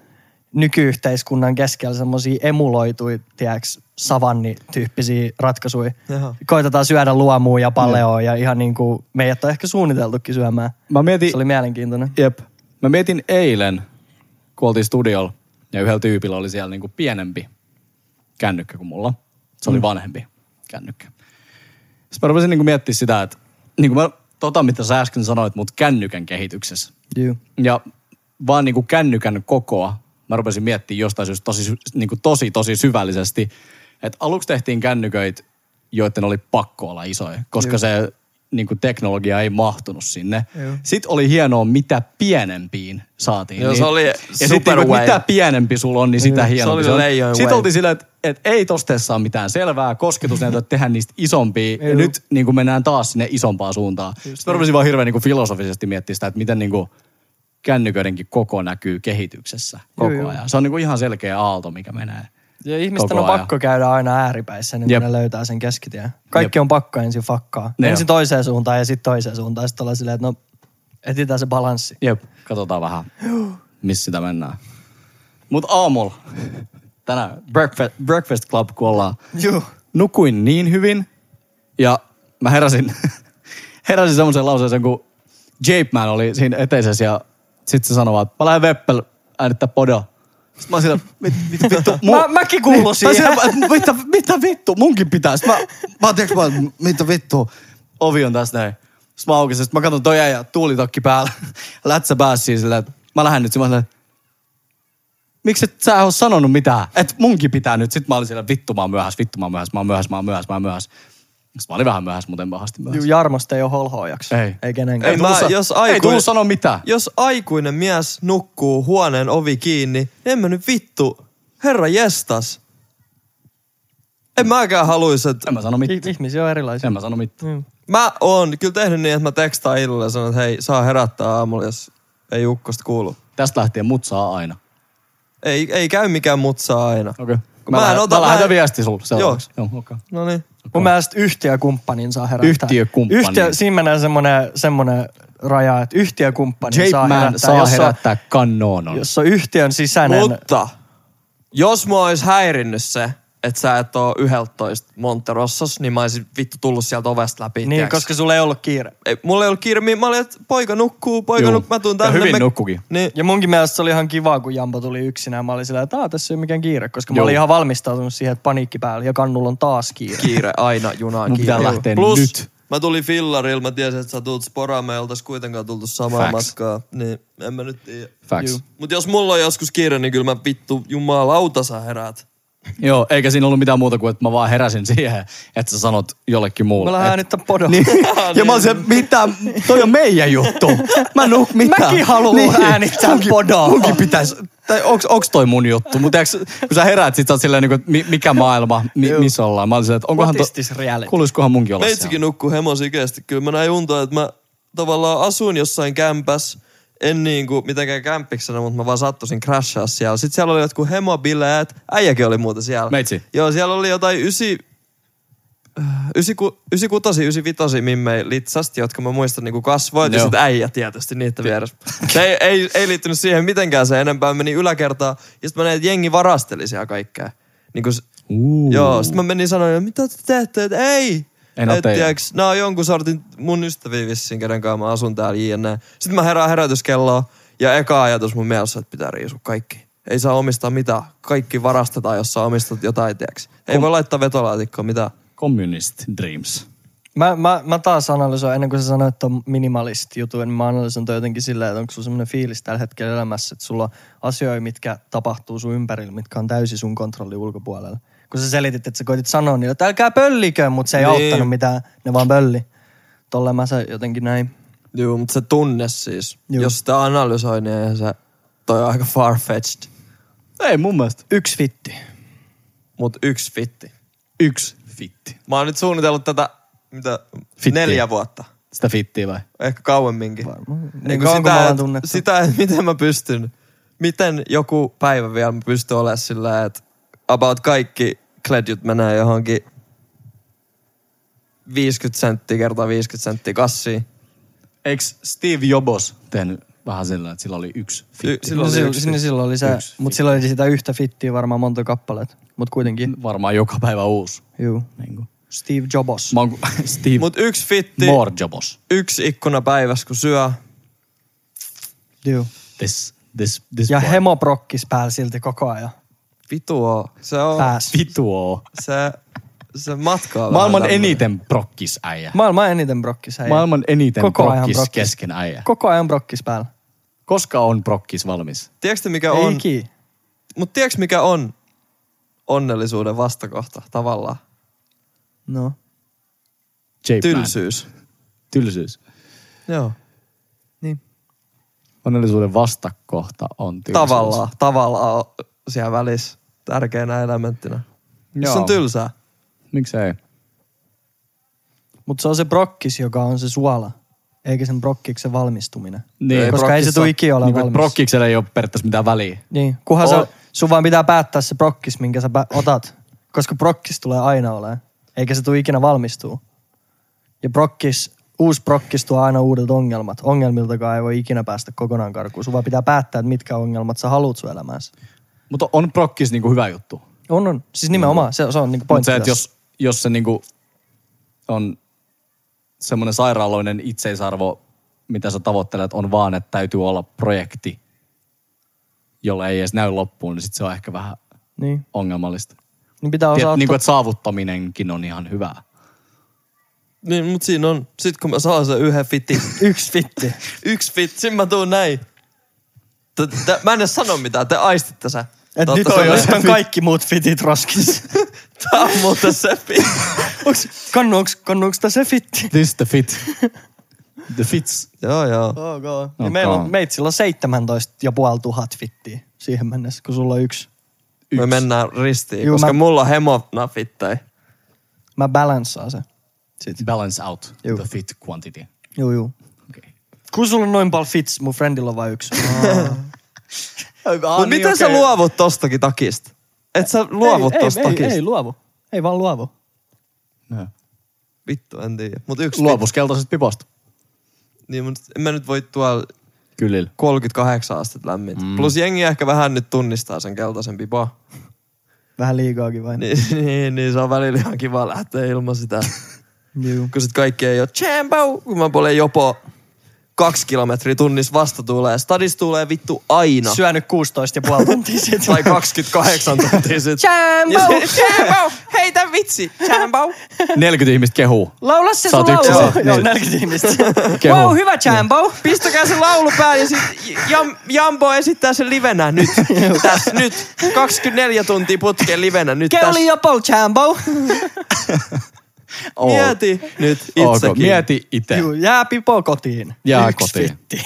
[SPEAKER 2] nykyyhteiskunnan keskellä semmoisia emuloituja, tiedäks, savannityyppisiä ratkaisuja.
[SPEAKER 3] Jaha.
[SPEAKER 2] Koitetaan syödä luomua ja paleoa ja ihan niin kuin meidät on ehkä suunniteltukin syömään.
[SPEAKER 1] Mä mietin,
[SPEAKER 2] Se oli mielenkiintoinen.
[SPEAKER 1] Jep. Mä mietin eilen, kun oltiin studiolla, ja yhdellä tyypillä oli siellä niinku pienempi kännykkä kuin mulla. Se oli vanhempi kännykkä. Sitten mä rupesin niinku miettimään sitä, että niinku mä, tota mitä sä äsken sanoit, mutta kännykän kehityksessä.
[SPEAKER 2] Juu.
[SPEAKER 1] Ja vaan niinku kännykän kokoa, mä rupesin miettimään jostain syystä tosi, sy- niinku tosi, tosi syvällisesti, että aluksi tehtiin kännyköitä, joiden oli pakko olla isoja, koska se niinku teknologia ei mahtunut sinne. Sitten oli hienoa, mitä pienempiin saatiin.
[SPEAKER 3] Joo, se oli
[SPEAKER 1] ja
[SPEAKER 3] super
[SPEAKER 1] sitten, niinku,
[SPEAKER 3] wave.
[SPEAKER 1] mitä pienempi sulla on, niin sitä
[SPEAKER 3] Se
[SPEAKER 1] hienompi
[SPEAKER 3] oli
[SPEAKER 1] se on.
[SPEAKER 3] leijon
[SPEAKER 1] Sitten
[SPEAKER 3] wave.
[SPEAKER 1] oltiin silleen, että, että ei tosta saa mitään selvää, kosketusnäytöt tehdään niistä isompia. Ja nyt niin kuin mennään taas sinne isompaan suuntaan. Just Sitten mä rupesin vaan hirveän niin kuin filosofisesti miettimään sitä, että miten niin kuin
[SPEAKER 4] niinku
[SPEAKER 1] kännyköidenkin koko näkyy kehityksessä koko ajan. Se on niin kuin ihan selkeä aalto, mikä menee.
[SPEAKER 2] Ja ihmisten
[SPEAKER 4] Koko
[SPEAKER 2] on
[SPEAKER 4] ajan.
[SPEAKER 2] pakko käydä aina ääripäissä, niin
[SPEAKER 4] Jep.
[SPEAKER 2] Jep. ne löytää sen keskitien. Kaikki
[SPEAKER 4] Jep.
[SPEAKER 2] on pakko ensin fakkaa.
[SPEAKER 4] Ne
[SPEAKER 2] Ne ensin
[SPEAKER 4] on.
[SPEAKER 2] toiseen suuntaan ja sitten toiseen suuntaan. Sitten ollaan silleen, että no etsitään se balanssi.
[SPEAKER 4] Jep, katsotaan vähän, missä sitä mennään. Mut aamulla, tänään breakfast, breakfast Club, kun ollaan,
[SPEAKER 2] Juu.
[SPEAKER 4] nukuin niin hyvin ja mä heräsin, heräsin semmoisen lauseeseen, kun Jape Man oli siinä eteisessä ja sit se sanoi vaan, että mä lähden Veppel äänittää poda. Sitten mä oon sillä, mit, mit, vittu. Niin,
[SPEAKER 2] Mä- mäkin kuulun siihen.
[SPEAKER 4] Mä oon sillä, mitä, mitä vittu, munkin pitäis. Mä, mä oon, tiiäks, mä, oon, mitä vittu. Ovi on tässä näin. Sitten mä aukasin, sitten mä katson toi ja tuulitokki päällä. Lätsä päässä siinä sillä, että mä lähden nyt. Sitten mä oon sillä, miksi et sä oo sanonut mitään? Et munkin pitää nyt. Sitten mä olin siellä, vittu mä oon myöhässä, vittu mä oon myöhässä, mä oon myöhässä, mä oon myöhässä, mä oon myöhässä. Sitten mä olin vähän myöhässä, muuten pahasti
[SPEAKER 2] Juu,
[SPEAKER 4] myöhässä.
[SPEAKER 2] Jarmosta ei ole holhoajaksi.
[SPEAKER 4] Ei.
[SPEAKER 2] Ei kenenkään.
[SPEAKER 4] Ei
[SPEAKER 3] mä-
[SPEAKER 4] tullut, sa-
[SPEAKER 3] jos
[SPEAKER 4] ei
[SPEAKER 3] aikuinen-
[SPEAKER 4] tullut sanoa mitään.
[SPEAKER 3] Jos aikuinen mies nukkuu huoneen ovi kiinni, niin en mä nyt vittu. Herra jestas. En mäkään haluis, että...
[SPEAKER 4] En mä sano mitään.
[SPEAKER 2] Ih- Ihmisiä on erilaisia.
[SPEAKER 4] En mä sano mitään.
[SPEAKER 3] Mä oon kyllä tehnyt niin, että mä tekstaan illalla ja sanon, että hei, saa herättää aamulla, jos ei ukkosta kuulu.
[SPEAKER 4] Tästä lähtien mut saa aina.
[SPEAKER 3] Ei, ei käy mikään mutsaa aina.
[SPEAKER 4] Okei. Okay.
[SPEAKER 3] Mä
[SPEAKER 4] Mä,
[SPEAKER 3] en
[SPEAKER 4] lähetän-
[SPEAKER 3] ota-
[SPEAKER 4] mä lähetän
[SPEAKER 3] mä en-
[SPEAKER 4] viesti sulle seuraavaksi. Joo. Joo, okay.
[SPEAKER 3] No niin.
[SPEAKER 2] Mun mielestä yhtiökumppanin saa herättää.
[SPEAKER 4] Yhtiökumppanin.
[SPEAKER 2] Yhtiö, siinä menee semmoinen, semmoinen raja, että yhtiökumppanin
[SPEAKER 4] Jape
[SPEAKER 2] saa
[SPEAKER 4] Man
[SPEAKER 2] herättää.
[SPEAKER 4] saa
[SPEAKER 2] jos,
[SPEAKER 4] herättää
[SPEAKER 2] On,
[SPEAKER 4] kannoonon.
[SPEAKER 2] jos on yhtiön sisäinen.
[SPEAKER 3] Mutta jos mua olisi häirinnyt se, että sä et oo 11 Monterossos, niin mä olisin vittu tullut sieltä ovesta läpi.
[SPEAKER 2] niin,
[SPEAKER 3] tiiäks.
[SPEAKER 2] koska sulla ei ollut kiire.
[SPEAKER 3] Ei, mulla ei ollut kiire, mihin- mä olin, että poika nukkuu, poika
[SPEAKER 4] Juu.
[SPEAKER 3] nukkuu, mä tuun
[SPEAKER 4] Ja
[SPEAKER 3] tänne.
[SPEAKER 4] hyvin
[SPEAKER 3] me...
[SPEAKER 4] nukkukin.
[SPEAKER 3] Niin.
[SPEAKER 2] Ja munkin mielestä se oli ihan kiva, kun Jampo tuli yksinään. Mä olin sillä, että "Aa, tässä ei ole mikään kiire, koska mä
[SPEAKER 4] Joo.
[SPEAKER 2] olin ihan valmistautunut siihen, että paniikki päällä ja kannulla on taas kiire.
[SPEAKER 3] Kiire aina, junaan
[SPEAKER 4] Mun
[SPEAKER 3] kiire.
[SPEAKER 4] pitää lähteä
[SPEAKER 3] Plus,
[SPEAKER 4] nyt.
[SPEAKER 3] mä tulin fillarilla, mä tiesin, että sä tulet sporaan, me ei oltais kuitenkaan tultu samaa
[SPEAKER 4] Facts.
[SPEAKER 3] matkaa. Niin, en mä nyt tiedä.
[SPEAKER 4] Facts.
[SPEAKER 2] Juu.
[SPEAKER 3] Mut jos mulla on joskus kiire, niin kyllä mä vittu jumalauta sä heräät.
[SPEAKER 4] Joo, eikä siinä ollut mitään muuta kuin, että mä vaan heräsin siihen, että sä sanot jollekin muulle.
[SPEAKER 2] Mä lähden
[SPEAKER 4] Et-
[SPEAKER 2] nyt podo.
[SPEAKER 4] Niin. ja mä olin se, mitä, toi on meidän juttu. Mä en nuk mitään. Niin.
[SPEAKER 2] Mäkin haluun äänittää podoa.
[SPEAKER 4] Munkin pitäis, tai onks, onks toi mun juttu? Mutta kun sä heräät, sit sä oot silleen, niin kuin, mi, mikä maailma, mi, missä ollaan. Mä olin se, että onkohan
[SPEAKER 2] What is this reality?
[SPEAKER 4] Kuuluisikohan munkin olla siellä?
[SPEAKER 3] Meitsikin nukkuu hemosikeesti. Kyllä mä näin unta, että mä tavallaan asuin jossain kämpäs. En niinku mitenkään kämppiksenä, mutta mä vaan sattusin crashaa siellä. Sitten siellä oli jotkut hemobileet. Äijäkin oli muuten siellä.
[SPEAKER 4] Meitsi.
[SPEAKER 3] Joo, siellä oli jotain ysi... äh, Ysi, ku, ysi kutosi, ysi vitosi mimmei litsasti, jotka mä muistan niinku kasvoit. Ja
[SPEAKER 4] Joo.
[SPEAKER 3] sit äijä tietysti niitä vieressä. Se ei, ei, ei, liittynyt siihen mitenkään se enempää. Meni yläkertaan. Ja sit mä näin, että jengi varasteli siellä kaikkea. Niinku, s-
[SPEAKER 4] Uu.
[SPEAKER 3] Joo, sitten mä menin sanoin, että mitä te teette, että ei.
[SPEAKER 4] En oo
[SPEAKER 3] Et
[SPEAKER 4] teidän.
[SPEAKER 3] tiiäks, nää on jonkun sortin mun ystäviä vissiin, kenen kanssa mä asun täällä jne. Sitten mä herään herätyskelloa ja eka ajatus mun mielessä, että pitää riisua kaikki. Ei saa omistaa mitään. Kaikki varastetaan, jos sä omistat jotain, tiiäks. Ei voi laittaa vetolaatikkoon mitään.
[SPEAKER 4] Communist dreams.
[SPEAKER 2] Mä, mä, mä taas analysoin, ennen kuin sä sanoit tuon minimalist jutun, niin mä analysoin toi jotenkin silleen, että onko sulla semmoinen fiilis tällä hetkellä elämässä, että sulla on asioita, mitkä tapahtuu sun ympärillä, mitkä on täysin sun kontrolli ulkopuolella. Kun sä selitit, että sä koitit sanoa niille, että älkää pöllikö, mutta se ei
[SPEAKER 3] Niin.
[SPEAKER 2] niin. auttanut mitään, ne vaan pölli. Tolle mä se jotenkin näin.
[SPEAKER 3] Joo, mutta se tunne siis.
[SPEAKER 2] Juu.
[SPEAKER 3] Jos sitä analysoi, niin eihän se, toi on aika farfetched.
[SPEAKER 4] Ei mun mielestä.
[SPEAKER 2] Yksi fitti.
[SPEAKER 3] Mut yksi fitti.
[SPEAKER 4] Yksi fitti.
[SPEAKER 3] Mä oon nyt suunnitellut tätä, mitä,
[SPEAKER 4] Fittiä.
[SPEAKER 3] neljä vuotta.
[SPEAKER 4] Sitä fittiä vai?
[SPEAKER 3] Ehkä kauemminkin.
[SPEAKER 2] Varmaan.
[SPEAKER 3] Niin
[SPEAKER 2] Niin
[SPEAKER 3] kuin
[SPEAKER 2] kauan kuin
[SPEAKER 3] sitä,
[SPEAKER 2] mä olen
[SPEAKER 3] että,
[SPEAKER 2] tunnettu.
[SPEAKER 3] sitä, että miten mä pystyn, miten joku päivä vielä mä pystyn olemaan sillä, että about kaikki kledjut menee johonkin 50 senttiä kertaa 50 senttiä kassiin.
[SPEAKER 4] Eiks Steve Jobs tehnyt vähän sillä, että sillä oli yksi
[SPEAKER 3] Y- silloin
[SPEAKER 4] fitti?
[SPEAKER 2] Silloin,
[SPEAKER 3] oli
[SPEAKER 2] silloin,
[SPEAKER 3] yksi
[SPEAKER 2] silloin, silloin niin oli se,
[SPEAKER 4] Yksi
[SPEAKER 2] mutta silloin oli sitä yhtä fittiä varmaan monta kappaletta, mutta kuitenkin.
[SPEAKER 4] Varmaan joka päivä uusi.
[SPEAKER 2] Juu.
[SPEAKER 4] Niin kuin.
[SPEAKER 2] Steve Jobs.
[SPEAKER 4] Mä oon, ku- Steve Mut,
[SPEAKER 3] Mut yksi fitti,
[SPEAKER 4] More Jobs.
[SPEAKER 3] yksi ikkuna päivässä kun syö.
[SPEAKER 2] Juu.
[SPEAKER 4] This, this, this
[SPEAKER 2] Ja
[SPEAKER 4] boy.
[SPEAKER 2] hemoprokkis päällä silti koko ajan.
[SPEAKER 3] Vitu oo. Se on,
[SPEAKER 2] Pääs.
[SPEAKER 4] Vitu oo.
[SPEAKER 3] se, se matkaa vähän
[SPEAKER 4] Maailman
[SPEAKER 3] tämmönen.
[SPEAKER 4] eniten brokkis äijä.
[SPEAKER 2] Maailman eniten brokkis äijä.
[SPEAKER 4] Maailman eniten
[SPEAKER 2] Koko ajan
[SPEAKER 4] brokkis
[SPEAKER 2] brokkis.
[SPEAKER 4] kesken äijä.
[SPEAKER 2] Koko ajan brokkis päällä.
[SPEAKER 4] Koska on brokkis valmis?
[SPEAKER 3] Tiedätkö te, mikä
[SPEAKER 2] Ei
[SPEAKER 3] on,
[SPEAKER 2] Iki.
[SPEAKER 3] mut tiedätkö mikä on onnellisuuden vastakohta tavallaan?
[SPEAKER 2] No.
[SPEAKER 4] Jape Man.
[SPEAKER 3] Tylsyys.
[SPEAKER 4] Tylsyys.
[SPEAKER 3] Joo.
[SPEAKER 2] Niin.
[SPEAKER 4] Onnellisuuden vastakohta on tylsyys.
[SPEAKER 3] tavallaan, tavallaan on siellä välissä tärkeänä elementtinä. Jos on
[SPEAKER 4] Joo.
[SPEAKER 3] tylsää.
[SPEAKER 4] Miksei?
[SPEAKER 2] Mutta se on se brokkis, joka on se suola. Eikä sen brokkiksen valmistuminen.
[SPEAKER 4] Niin.
[SPEAKER 2] Koska ei se
[SPEAKER 3] brokkissa-
[SPEAKER 2] tule ikinä olla
[SPEAKER 4] Niin
[SPEAKER 2] valmis.
[SPEAKER 4] kuin brokkiksella ei ole periaatteessa mitään väliä.
[SPEAKER 2] Niin. Kunhan
[SPEAKER 3] On-
[SPEAKER 2] sä Sun vaan pitää päättää se prokkis, minkä sä pä- otat. Koska prokkis tulee aina olemaan. Eikä se tule ikinä valmistuu. Ja prokkis, uusi prokkis tuo aina uudet ongelmat. Ongelmiltakaan ei voi ikinä päästä kokonaan karkuun. Sun vaan pitää päättää, että mitkä ongelmat sä haluat sun elämäänsä.
[SPEAKER 4] Mutta on prokkis niinku hyvä juttu.
[SPEAKER 2] On, on. Siis
[SPEAKER 3] Mm.
[SPEAKER 2] nimenomaan. Se, se on niinku
[SPEAKER 4] Mutta
[SPEAKER 2] pointti.
[SPEAKER 4] se, että
[SPEAKER 2] tässä.
[SPEAKER 4] jos, jos se niinku on semmoinen sairaaloinen itseisarvo, mitä sä tavoittelet, on vaan, että täytyy olla projekti, jolla ei edes näy loppuun, niin sit se on ehkä vähän
[SPEAKER 2] Niin.
[SPEAKER 4] ongelmallista.
[SPEAKER 2] Niin pitää
[SPEAKER 4] Tiet,
[SPEAKER 2] osaa
[SPEAKER 4] niin
[SPEAKER 2] ottaa
[SPEAKER 4] kuin, että saavuttaminenkin on ihan hyvää.
[SPEAKER 3] Niin, mut siinä on. Sit kun mä saan sen yhden fitin.
[SPEAKER 2] yksi fitti.
[SPEAKER 3] Yksi fit, sit mä tuun näin. T- t- mä en edes sano mitään, te aistitte sä.
[SPEAKER 2] Et
[SPEAKER 3] Te
[SPEAKER 2] nyt
[SPEAKER 3] ootte
[SPEAKER 2] on,
[SPEAKER 3] sen-
[SPEAKER 2] jos on kaikki muut fitit roskissa.
[SPEAKER 3] Tää on muuten se fit.
[SPEAKER 2] onks, kannu, onks, kannu, onks tää se fitti?
[SPEAKER 4] This the fit. The fits.
[SPEAKER 3] joo, joo.
[SPEAKER 2] Okay.
[SPEAKER 4] No,
[SPEAKER 2] Niin meillä on,
[SPEAKER 4] come.
[SPEAKER 2] meitsillä on 17 ja puoli tuhat fittiä siihen mennessä, kun sulla on yksi.
[SPEAKER 3] Me mennään ristiin,
[SPEAKER 2] Juu,
[SPEAKER 3] koska
[SPEAKER 2] mä-
[SPEAKER 3] mulla on hemofnafittei.
[SPEAKER 2] Mä balanssaan se.
[SPEAKER 4] Balance out
[SPEAKER 2] Juu.
[SPEAKER 4] the fit quantity.
[SPEAKER 2] Juu, juu.
[SPEAKER 4] Okay.
[SPEAKER 2] Kun sulla on noin paljon fits, mun friendillä on vain yksi.
[SPEAKER 3] Mut miten sä luovut tostakin takista? Et sä luovut
[SPEAKER 2] niin, ei,
[SPEAKER 3] tosta
[SPEAKER 2] ei, ei,
[SPEAKER 3] takista?
[SPEAKER 2] ei, luovu. Ei vaan luovu.
[SPEAKER 4] No.
[SPEAKER 3] Vittu, en tiedä. Mut yksi Luovu.
[SPEAKER 4] Luopus keltaisesta piposta.
[SPEAKER 3] Fit, niin mut en mä nyt voi tuolla
[SPEAKER 4] Kyllä.
[SPEAKER 3] 38 astetta lämmintä. Mm. Plus jengi ehkä vähän nyt tunnistaa sen keltaisen pipoa.
[SPEAKER 2] Vähän liikaakin vai?
[SPEAKER 3] Niin, niin, niin, se on välillä ihan kiva lähteä ilman sitä.
[SPEAKER 2] Juu.
[SPEAKER 3] kun sit kaikki ei ole tsempäu, kun mä polen jopo kaksi kilometriä tunnissa vasta tulee. Stadis tulee vittu aina.
[SPEAKER 2] Syönyt 16 ja puoli tuntia sitten.
[SPEAKER 3] tai 28 tuntia sit.
[SPEAKER 2] Jambo!
[SPEAKER 3] Ja se- Tsempäu! Heitä vitsi! Tsempäu!
[SPEAKER 4] 40 ihmistä kehuu.
[SPEAKER 2] Laula se
[SPEAKER 4] Sä oot
[SPEAKER 2] sun laulu.
[SPEAKER 4] yksin.
[SPEAKER 2] Joo,
[SPEAKER 4] Niin.
[SPEAKER 2] joo, 40 ihmistä.
[SPEAKER 4] Kehu.
[SPEAKER 2] Wow, hyvä Jambo.
[SPEAKER 3] Pistäkää se laulu päälle ja sit Jam, Jambo esittää sen livenä nyt. Tässä nyt. 24 tuntia putkeen livenä nyt tässä.
[SPEAKER 2] Keuli jopol Jambo.
[SPEAKER 3] Mieti nyt
[SPEAKER 4] Ok,
[SPEAKER 3] itsekin.
[SPEAKER 4] Mieti itse.
[SPEAKER 2] Juu, jää pipo kotiin.
[SPEAKER 4] Jää
[SPEAKER 2] Yksi
[SPEAKER 4] kotiin.
[SPEAKER 2] Fitti.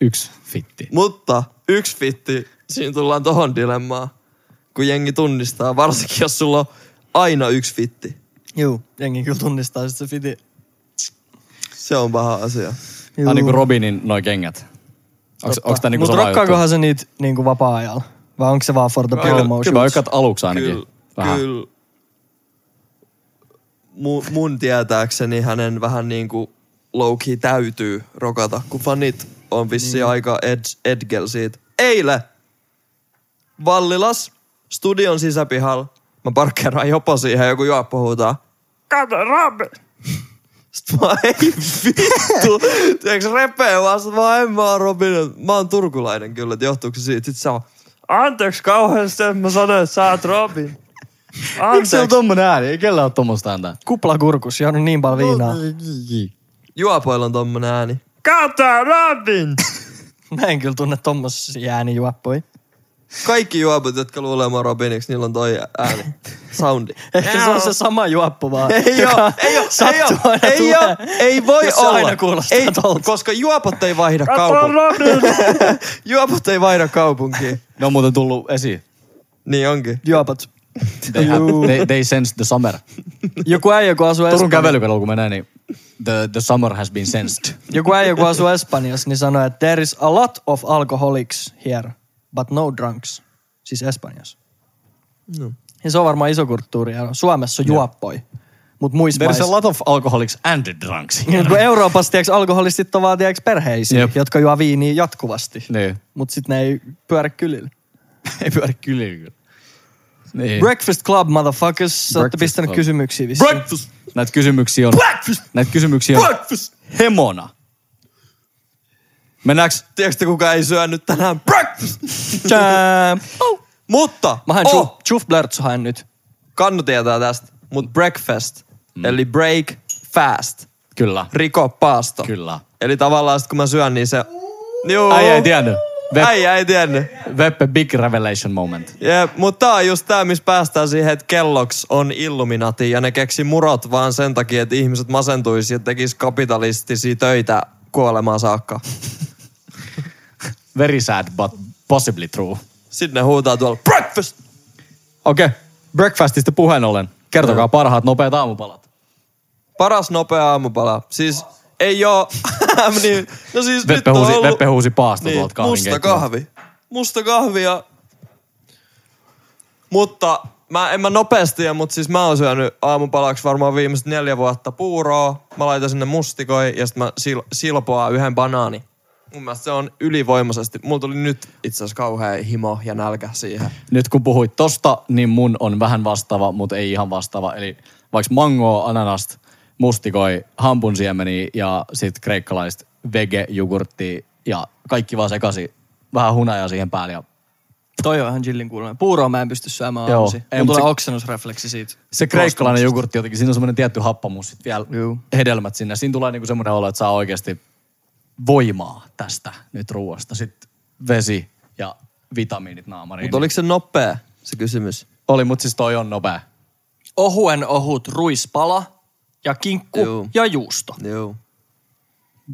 [SPEAKER 4] Yksi fitti.
[SPEAKER 3] Mutta yksi fitti, siinä tullaan tohon dilemmaan, kun jengi tunnistaa, varsinkin jos sulla on aina yksi fitti.
[SPEAKER 2] Juu, jengi kyllä tunnistaa sit se fiti.
[SPEAKER 3] Se on paha asia.
[SPEAKER 4] Tää on niinku Robinin noi kengät. Onks, onks tää niinku
[SPEAKER 2] Mut
[SPEAKER 4] sama juttu?
[SPEAKER 2] rokkaakohan se niitä niinku vapaa-ajalla? Vai onko se vaan for the
[SPEAKER 3] Kyllä,
[SPEAKER 2] promo
[SPEAKER 4] Kyllä mä
[SPEAKER 2] shoots?
[SPEAKER 4] ykkäät aluksi ainakin.
[SPEAKER 3] Kyllä,
[SPEAKER 4] Vähän.
[SPEAKER 3] kyllä. Mu, mun tietääkseni hänen vähän niin kuin low key täytyy rokata, kun fanit on vissiin niin. aika ed, edgel siitä. Eilen Vallilas studion sisäpihalla. Mä parkkeeraan jopa siihen, joku juoppo huutaa. Kato, Robin! Sitten mä ei vittu. Tiedätkö, repee vaan, sit mä en mä oon Robin. Mä oon turkulainen kyllä, että johtuuko se siitä. Sitten se on, anteeksi kauheasti, että mä sanoin, että sä oot Robin.
[SPEAKER 4] Se on
[SPEAKER 3] Anteeksi.
[SPEAKER 4] tommonen ääni, ei kellään oo tommosta ääntä.
[SPEAKER 2] Kuplakurkus, johon on niin paljon viinaa.
[SPEAKER 3] Juopoilla on tommonen ääni.
[SPEAKER 2] Mä en kyllä tunne tommosia äänijuoppoi.
[SPEAKER 3] Kaikki juopot, jotka luulee mä Robiniksi, niillä on toi ääni. Soundi.
[SPEAKER 2] Ehkä se on se sama juoppu vaan.
[SPEAKER 3] Ei
[SPEAKER 2] joka
[SPEAKER 3] oo, ei oo, ei
[SPEAKER 2] sattuu
[SPEAKER 3] oo,
[SPEAKER 2] aina
[SPEAKER 3] ei oo,
[SPEAKER 2] tulee.
[SPEAKER 3] ei voi
[SPEAKER 2] Jos se
[SPEAKER 3] olla.
[SPEAKER 2] aina kuulostaa
[SPEAKER 3] ei,
[SPEAKER 2] tolta.
[SPEAKER 3] Koska juopot ei vaihda kaupunkiin. juopot ei vaihda kaupunkiin.
[SPEAKER 4] Ne on muuten tullut esiin.
[SPEAKER 3] Niin onkin.
[SPEAKER 2] Juopot.
[SPEAKER 4] They, have,
[SPEAKER 2] Juu.
[SPEAKER 4] they, they sense the summer.
[SPEAKER 2] Joku äijä, kun asuu
[SPEAKER 4] Turun
[SPEAKER 2] Espanjassa.
[SPEAKER 4] kävelykadulla kun menee, niin the, the summer has been sensed.
[SPEAKER 2] Joku äijä, kun asuu Espanjassa, niin sanoi, että there is a lot of alcoholics here, but no drunks. Siis Espanjassa. No. Ja se on varmaan iso kulttuuriero. Suomessa on juoppoi, mutta muissa
[SPEAKER 4] There is
[SPEAKER 2] maissa.
[SPEAKER 4] a lot of alcoholics and drunks
[SPEAKER 2] Niin,
[SPEAKER 4] here.
[SPEAKER 2] kun Euroopassa tiiäks, alkoholistit on vaan tiiäks, perheisiä,
[SPEAKER 4] Jep.
[SPEAKER 2] jotka juo viiniä jatkuvasti.
[SPEAKER 4] Niin.
[SPEAKER 2] Mutta sitten ne ei pyörä kylillä.
[SPEAKER 4] Ei pyöri kylillä. Niin.
[SPEAKER 2] Breakfast Club, motherfuckers. Sä ootte
[SPEAKER 4] Breakfast
[SPEAKER 2] pistänyt
[SPEAKER 4] Club.
[SPEAKER 2] kysymyksiä vissiin.
[SPEAKER 4] Breakfast! Näitä kysymyksiä on... Breakfast! Näitä kysymyksiä on... Breakfast! Hemona. Mennäänkö...
[SPEAKER 3] Tiedätkö kuka ei syönyt tänään breakfast?
[SPEAKER 2] Tää.
[SPEAKER 3] Mutta,
[SPEAKER 2] Mä haen
[SPEAKER 3] oh,
[SPEAKER 2] oh. Chufblörts haen nyt.
[SPEAKER 3] kannu tietää tästä, mutta breakfast, mm. eli break fast,
[SPEAKER 4] Kyllä.
[SPEAKER 3] riko paasto.
[SPEAKER 4] Kyllä.
[SPEAKER 3] Eli tavallaan sit kun mä syön, niin se... Juu,
[SPEAKER 4] Äijä ei tiennyt. Ve-
[SPEAKER 3] Äijä ei tiennyt.
[SPEAKER 4] Veppe big revelation moment.
[SPEAKER 3] Jep, mutta tää on just tää, missä päästään siihen, että kelloks on Illuminati ja ne keksi murot vaan sen takia, että ihmiset masentuisi ja tekis kapitalistisia töitä kuolemaan saakka.
[SPEAKER 4] Very sad, but possibly true.
[SPEAKER 3] Sitten ne huutaa tuolla breakfast!
[SPEAKER 4] Okei. Okay. Breakfastista puheen ollen. Kertokaa parhaat nopeat aamupalat.
[SPEAKER 3] Paras nopea aamupala. Siis ei oo... niin, no siis nyt
[SPEAKER 4] Veppe
[SPEAKER 3] on Niin,
[SPEAKER 4] huusi,
[SPEAKER 3] ollut...
[SPEAKER 4] Veppe huusi paasta tuolta kahvin
[SPEAKER 3] musta kahvi. Musta kahvi ja Mutta mä, en mä nopeasti, mutta siis mä oon syönyt aamupalaksi varmaan viimeiset neljä vuotta puuroa. Mä laitan sinne mustikoi ja sitten mä sil, silpoa yhden banaani. Mun mielestä se on ylivoimaisesti. Mulla tuli nyt itse asiassa kauhea himo ja nälkä siihen.
[SPEAKER 4] Nyt kun puhuit tosta, niin mun on vähän vastaava, mutta ei ihan vastaava. Eli vaikka mangoa, ananasta, mustikoi, hampunsiemeniä ja sitten kreikkalaista vege-jogurttia ja kaikki vaan sekaisin. Vähän hunajaa siihen päälle ja
[SPEAKER 2] Toi on ihan chillin kuulonen. Puuroa mä en pysty syömään
[SPEAKER 4] Joo.
[SPEAKER 2] aamusi.
[SPEAKER 4] Ei,
[SPEAKER 2] Mulla
[SPEAKER 4] mut
[SPEAKER 2] tulee
[SPEAKER 4] se-
[SPEAKER 2] oksennusrefleksi siitä.
[SPEAKER 4] se kreikkalainen jogurtti jotenkin, siinä on semmoinen tietty happamuus, sit vielä
[SPEAKER 2] Juu.
[SPEAKER 4] hedelmät sinne. Siinä tulee niinku semmoinen olo, että saa oikeasti voimaa tästä nyt ruoasta. Sitten vesi ja vitamiinit naamariin.
[SPEAKER 3] Mutta oliko se nopea se kysymys?
[SPEAKER 4] oli mutta siis toi on nopea.
[SPEAKER 2] Ohuen ohut ruispala ja kinkku
[SPEAKER 3] Juu.
[SPEAKER 2] ja juusto.
[SPEAKER 3] Joo.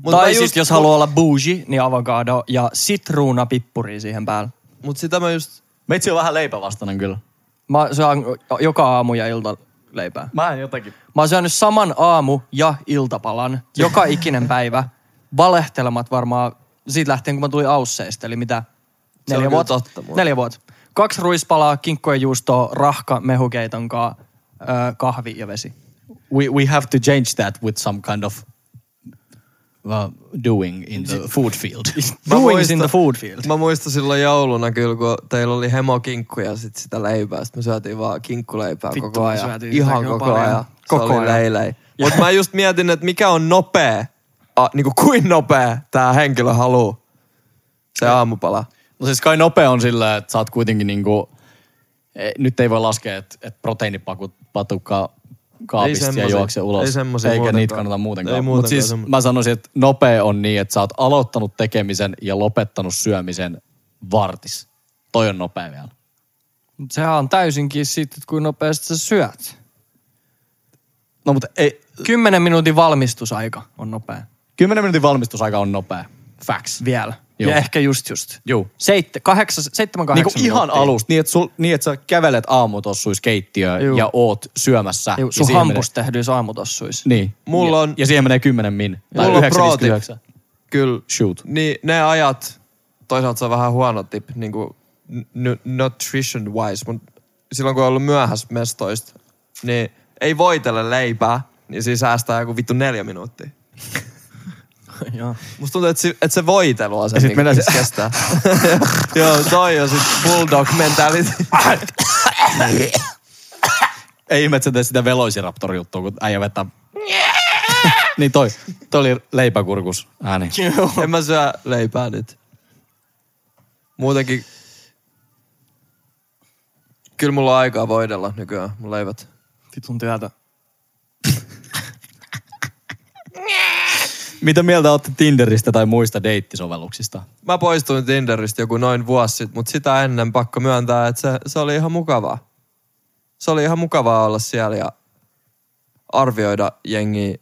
[SPEAKER 2] Mut tai sit jos haluaa olla bougie, niin avokado ja sitruunapippuri siihen päälle.
[SPEAKER 3] Mutta sitä mä just...
[SPEAKER 4] Meitsi on vähän leipävastainen kyllä.
[SPEAKER 2] Mä syön joka aamu ja ilta leipää.
[SPEAKER 4] Mä en jotenkin
[SPEAKER 2] Mä oon syönyt saman aamu- ja iltapalan joka ikinen päivä. Valehtelemat varmaan siitä lähtien, kun mä tulin Ausseista, eli mitä?
[SPEAKER 3] on
[SPEAKER 2] Neljä
[SPEAKER 3] kyllä
[SPEAKER 2] vuotta?
[SPEAKER 3] totta muuten.
[SPEAKER 2] Neljä vuotta. Kaksi ruispalaa, kinkkoja juustoa, rahka, mehukeiton kaa, ö, kahvi ja vesi.
[SPEAKER 4] we, we have to change that with some kind of uh, doing in the food field.
[SPEAKER 3] Mä
[SPEAKER 2] Doing
[SPEAKER 3] muistan-
[SPEAKER 2] in the food field.
[SPEAKER 3] Mä muistan silloin jouluna kyllä, kun teillä oli hemokinkku ja sit sitä leipää. Sit me syötiin vaan kinkkuleipää
[SPEAKER 2] Vittu,
[SPEAKER 3] koko
[SPEAKER 2] me
[SPEAKER 3] ajan.
[SPEAKER 2] syötiin sitä
[SPEAKER 3] Ihan
[SPEAKER 2] kyllä
[SPEAKER 3] koko
[SPEAKER 2] paljon.
[SPEAKER 3] ajan.
[SPEAKER 2] Koko
[SPEAKER 3] Koko
[SPEAKER 2] ajan.
[SPEAKER 3] ajan. Mutta mä just mietin, että mikä on nopea, a, niinku kuin nopea tää henkilö haluu. Se aamupala.
[SPEAKER 4] no siis kai nopea on sillä, että sä oot kuitenkin niinku, eh, nyt ei voi laskea, että et proteiinipakut patukka
[SPEAKER 3] Ei
[SPEAKER 4] kaapista ja
[SPEAKER 3] semmosia.
[SPEAKER 4] juokse ulos.
[SPEAKER 3] Ei semmosia
[SPEAKER 4] Eikä niitä
[SPEAKER 3] muutenkaan.
[SPEAKER 4] kannata
[SPEAKER 3] Ei
[SPEAKER 4] muutenkaan. Mutta
[SPEAKER 3] muutenkaan
[SPEAKER 4] siis
[SPEAKER 3] semmosia.
[SPEAKER 4] mä sanoisin, että nopea on niin, että sä oot aloittanut tekemisen ja lopettanut syömisen vartis. Toi on nopea vielä.
[SPEAKER 2] Mut Sehän on täysinkin siitä, että kuinka nopeasti sä syöt.
[SPEAKER 4] No mutta ei,
[SPEAKER 2] Kymmenen minuutin valmistusaika on nopea.
[SPEAKER 4] 10 minuutin valmistusaika on nopea. Facts.
[SPEAKER 2] Vielä.
[SPEAKER 4] Joo.
[SPEAKER 2] Ja ehkä just just.
[SPEAKER 4] Joo.
[SPEAKER 2] Seitte, kahdeksas, seitsemän,
[SPEAKER 4] Niin
[SPEAKER 2] kahdeksan
[SPEAKER 4] kuin ihan
[SPEAKER 2] minuuttia.
[SPEAKER 4] alusta, niin että, sul, niin että sä kävelet aamutossuis keittiöön
[SPEAKER 2] Juu.
[SPEAKER 4] ja oot syömässä.
[SPEAKER 2] Juu,
[SPEAKER 4] ja
[SPEAKER 2] Sun
[SPEAKER 4] siihen
[SPEAKER 2] hampus tehdyissä aamutossuissa.
[SPEAKER 4] Menee, niin.
[SPEAKER 3] Mulla
[SPEAKER 4] ja,
[SPEAKER 3] on-
[SPEAKER 4] Ja siihen menee 10 min. Tai
[SPEAKER 3] Mulla on
[SPEAKER 4] 9,59.
[SPEAKER 3] Kyllä.
[SPEAKER 4] Shoot.
[SPEAKER 3] Niin ne ajat, toisaalta se on vähän huono tip, niin kuin n- nutrition wise, mutta silloin kun on ollut myöhässä mestoista, niin ei voitele leipää, niin siis säästää joku vittu neljä minuuttia.
[SPEAKER 2] Joo.
[SPEAKER 3] Musta tuntuu, että se, että se voitelu on se,
[SPEAKER 4] Ja sit
[SPEAKER 3] niinku,
[SPEAKER 4] mennään
[SPEAKER 3] mikä kestää. Joo, toi on sit bulldog mentality.
[SPEAKER 4] Ei ihme, että sä teet sitä veloisiraptor-juttua, kun äijä vetää... niin toi, toi oli leipäkurkus ääni.
[SPEAKER 3] en mä syö leipää nyt. Muutenkin, kyllä mulla on aikaa voidella nykyään mun leivät.
[SPEAKER 2] Vitun työtä.
[SPEAKER 4] Mitä mieltä ootte Tinderistä tai muista deittisovelluksista?
[SPEAKER 3] Mä poistuin Tinderistä joku noin vuosi sitten, mutta sitä ennen pakko myöntää, että se, se oli ihan mukavaa. Se oli ihan mukavaa olla siellä ja arvioida jengi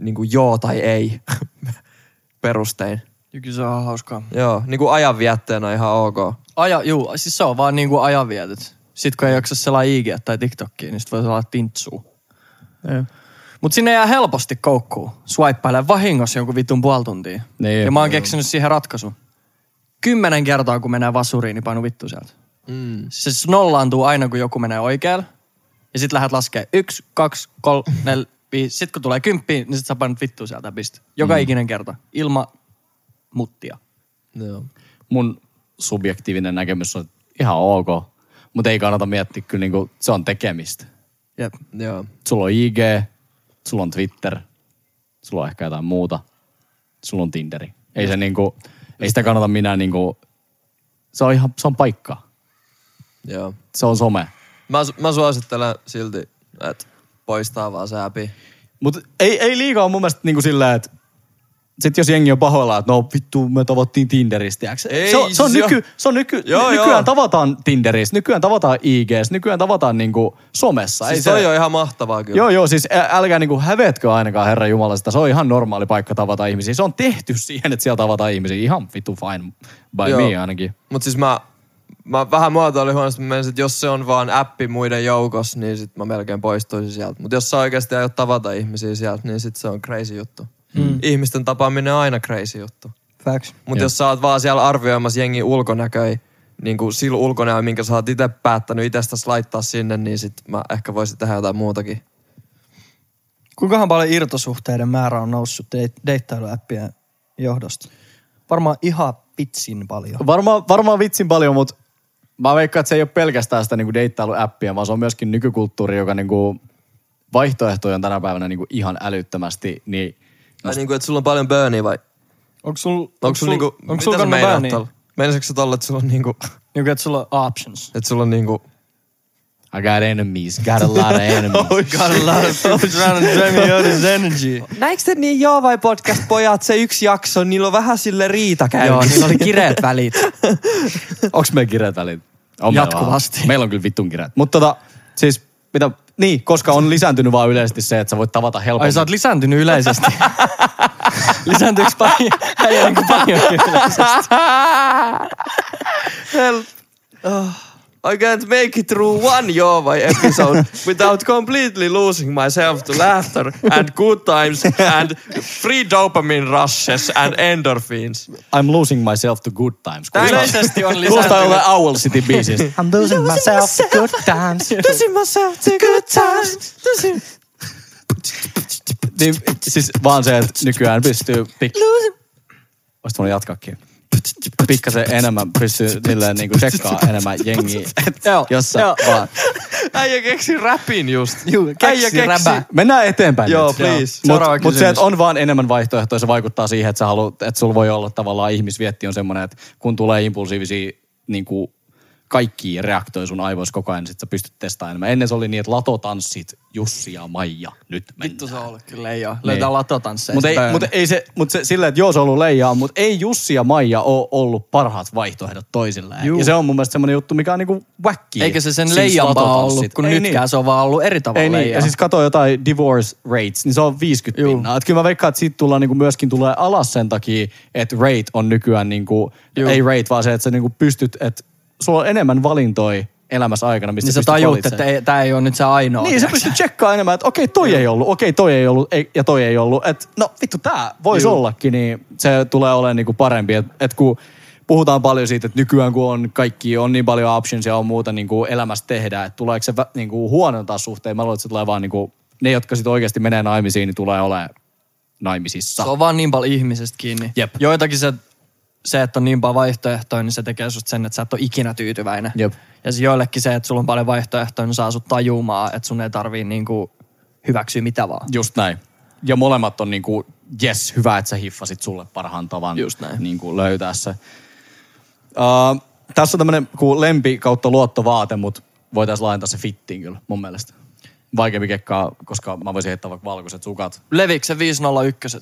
[SPEAKER 3] niin kuin joo tai ei perustein.
[SPEAKER 2] Kyllä se on hauskaa.
[SPEAKER 3] Joo, niin kuin ajanvietteenä ihan ok.
[SPEAKER 2] Aja, juu, siis se on vaan niinku ajanvietet. Sitten kun ei jaksa selaa IG tai TikTokia, niin sit voi selaa tintsuu. Mut sinne jää helposti koukkuun. Swipeailee vahingossa jonkun vitun puoli tuntia.
[SPEAKER 4] Niin.
[SPEAKER 2] ja mä oon keksinyt siihen ratkaisun. Kymmenen kertaa kun menee vasuriin, niin painu vittu sieltä.
[SPEAKER 3] Mm.
[SPEAKER 2] Se siis nollaantuu aina, kun joku menee oikealle. Ja sit lähdet laskee yksi, kaksi, kolme, neljä, viisi. Sit kun tulee kymppiin, niin sit sä painat vittu sieltä ja piste. Joka mm. ikinen kerta. Ilma muttia.
[SPEAKER 3] Joo.
[SPEAKER 4] mun subjektiivinen näkemys on että ihan ok, mutta ei kannata miettiä kyllä niinku, se on tekemistä.
[SPEAKER 2] Jep.
[SPEAKER 3] Joo.
[SPEAKER 4] Sulla on IG, sulla on Twitter, sulla on ehkä jotain muuta, sulla on Tinderi. Ei, se niinku, ei sitä kannata minä niinku, se on ihan, se on paikka.
[SPEAKER 3] Joo.
[SPEAKER 4] Se on some.
[SPEAKER 3] Mä, su- mä suosittelen silti, että poistaa vaan se appi.
[SPEAKER 4] Mutta ei, ei liikaa mun mielestä niinku sillä, että sitten jos jengi on pahoillaan, että no vittu, me tavattiin Tinderistä. tiiäks.
[SPEAKER 3] Ei,
[SPEAKER 4] se on, se on,
[SPEAKER 3] siis
[SPEAKER 4] nyky,
[SPEAKER 3] joo.
[SPEAKER 4] se on nyky,
[SPEAKER 3] Joo,
[SPEAKER 4] nykyään
[SPEAKER 3] joo.
[SPEAKER 4] tavataan Tinderistä, nykyään tavataan IGs, nykyään tavataan niinku somessa.
[SPEAKER 3] Siis
[SPEAKER 4] se-
[SPEAKER 3] toi on ihan mahtavaa kyllä.
[SPEAKER 4] Joo, joo, siis ä- älkää niinku hävetkö ainakaan Herra Jumala sitä. Se on ihan normaali paikka tavata ihmisiä. Se on tehty siihen, että siellä tavataan ihmisiä. Ihan vitu fine by
[SPEAKER 3] Joo.
[SPEAKER 4] me niin, ainakin.
[SPEAKER 3] Mut siis mä, mä vähän muuta oli huonosti, mä menisin, että jos se on vaan appi muiden joukossa, niin sit mä melkein poistuisin sieltä. Mut jos sä oikeasti aiot tavata ihmisiä sieltä, niin sit se on crazy juttu. Mm. Ihmisten tapaaminen on aina crazy juttu.
[SPEAKER 2] Facts.
[SPEAKER 3] Mut jos sä oot vaan siellä arvioimassa jengi ulkonäköi, niin kuin sillä ulkonäö, minkä sä oot itse päättänyt itsestäsi laittaa sinne, niin sit mä ehkä voisin tehdä jotain muutakin.
[SPEAKER 2] Kuinkahan paljon irtosuhteiden määrä on noussut deit- deittailuäppien johdosta? Varmaan ihan pitsin paljon.
[SPEAKER 4] Varmaan varmaa vitsin paljon, mutta mä veikkaan, että se ei ole pelkästään sitä niinku deittailuäppiä, vaan se on myöskin nykykulttuuri, joka niinku vaihtoehtoja on tänä päivänä niinku ihan älyttömästi. Niin
[SPEAKER 3] Tai niinku, että sulla on paljon burnia vai?
[SPEAKER 2] Onko sulla
[SPEAKER 3] Onko sulla niinku,
[SPEAKER 2] onko sulla kannut
[SPEAKER 3] meinaat
[SPEAKER 2] bääniä?
[SPEAKER 3] tolla? Meinasitko sä tolla, että sulla on niinku,
[SPEAKER 2] Niinku, että sulla on options.
[SPEAKER 3] että sulla on niinku...
[SPEAKER 4] I got enemies, got a lot of enemies.
[SPEAKER 2] got a lot of people trying to drain me out his energy.
[SPEAKER 3] Näikö te niin joo vai podcast pojat, se yksi jakso, niillä on vähän sille riita
[SPEAKER 5] Joo, niillä oli kireät välit.
[SPEAKER 4] Onks meillä kireät välit? On meillä
[SPEAKER 2] Jatkuvasti.
[SPEAKER 4] vähän. Meillä on kyllä vittun kireät. Mutta tota, siis mitä, niin, koska on lisääntynyt vaan yleisesti se, että sä voit tavata helpommin.
[SPEAKER 2] Ai sä oot lisääntynyt yleisesti. Lisääntyykö paljon? Äijä niinku paljon yleisesti.
[SPEAKER 3] I can't make it through one joo vai episode without completely losing myself to laughter and good times and free dopamine rushes and endorphins.
[SPEAKER 4] I'm losing myself to good times.
[SPEAKER 2] Yleisesti on
[SPEAKER 4] Kuulostaa
[SPEAKER 2] lisääntynyt.
[SPEAKER 4] jollain Owl City biisistä.
[SPEAKER 5] I'm losing myself to good times.
[SPEAKER 3] Losing myself to good times. Losing...
[SPEAKER 4] Niin, siis vaan se, että nykyään pystyy... Pik- Oisit voinut jatkaakin. Pikkasen enemmän pystyy silleen niinku tsekkaa enemmän jengiä.
[SPEAKER 2] Joo,
[SPEAKER 4] Jossa
[SPEAKER 2] joo.
[SPEAKER 4] vaan.
[SPEAKER 3] Äijä keksi räpin just.
[SPEAKER 2] Juu,
[SPEAKER 3] Äijä
[SPEAKER 2] keksi räpä.
[SPEAKER 4] Mennään eteenpäin.
[SPEAKER 3] Joo,
[SPEAKER 4] nyt.
[SPEAKER 3] please.
[SPEAKER 2] Seuraava
[SPEAKER 4] Mut, mut se,
[SPEAKER 2] kysymys.
[SPEAKER 4] että on vaan enemmän vaihtoehtoja, se vaikuttaa siihen, että sä haluat, että sulla voi olla tavallaan ihmisvietti on semmoinen, että kun tulee impulsiivisia niin kuin kaikki reaktoi sun aivoissa koko ajan, niin sit sä pystyt testaamaan enemmän. Ennen se oli niin, että latotanssit Jussi ja Maija. Nyt mennään.
[SPEAKER 2] Vittu se on ollut kyllä ei oo.
[SPEAKER 4] Löydetään
[SPEAKER 2] Löytää latotansseja.
[SPEAKER 4] Mutta ei, mut ei se, mut se silleen, että joo se on ollut leijaa, mutta ei Jussi ja Maija ole ollut parhaat vaihtoehdot toisilleen. Juu. Ja se on mun mielestä semmoinen juttu, mikä on niinku wacki.
[SPEAKER 2] Eikä se sen
[SPEAKER 4] Siis
[SPEAKER 2] leijampaa
[SPEAKER 4] latotanssit.
[SPEAKER 2] ollut, kun
[SPEAKER 4] Ei niin.
[SPEAKER 2] nytkään se on vaan ollut eri tavalla
[SPEAKER 4] Ei niin,
[SPEAKER 2] leijaa.
[SPEAKER 4] ja siis katsoo jotain divorce rates, niin se on 50 Juu. pinnaa. Et kyllä mä veikkaan, että siitä tullaan niinku myöskin tulee alas sen takia, että rate on nykyään, niinku, ei rate, vaan se, että sä niinku pystyt, että sulla on enemmän valintoja elämässä aikana, mistä
[SPEAKER 2] niin sä
[SPEAKER 4] pystyt
[SPEAKER 2] tajuut,
[SPEAKER 4] valitsemaan.
[SPEAKER 2] että ei, tää ei ole nyt se ainoa.
[SPEAKER 4] Niin, sä
[SPEAKER 2] tiedätkö?
[SPEAKER 4] pystyt tsekkaamaan enemmän, että okei, toi ei ollut, okei, toi ei ollut ei, ja toi ei ollut. Et, no vittu, tää voisi ollakin, niin se tulee olemaan niinku parempi. Et, et kun puhutaan paljon siitä, että nykyään kun on kaikki, on niin paljon optionsia, on muuta niinku elämässä tehdä, että tuleeko se vä- niinku huonontaa suhteen. Mä luulen, että se tulee vaan niinku, ne, jotka sitten oikeasti menee naimisiin, niin tulee olemaan naimisissa.
[SPEAKER 2] Se on vaan niin paljon ihmisestä kiinni.
[SPEAKER 4] Jep.
[SPEAKER 2] Joitakin se, se, että on niin paljon vaihtoehtoja, niin se tekee susta sen, että sä et ole ikinä tyytyväinen.
[SPEAKER 4] Jep.
[SPEAKER 2] Ja se joillekin se, että sulla on paljon vaihtoehtoja, niin saa sut tajumaan, että sun ei tarvii niinku hyväksyä mitä vaan.
[SPEAKER 4] Just näin. Ja molemmat on niinku, jes, hyvä, että sä hiffasit sulle parhaan tavan
[SPEAKER 2] Just näin.
[SPEAKER 4] Niinku löytää se. Uh, tässä on tämmönen kuin lempi kautta luottovaate, mutta voitaisiin laajentaa se fittiin kyllä mun mielestä. Vaikeampi kekkaa, koska mä voisin heittää vaikka valkoiset sukat.
[SPEAKER 2] Leviksen 501.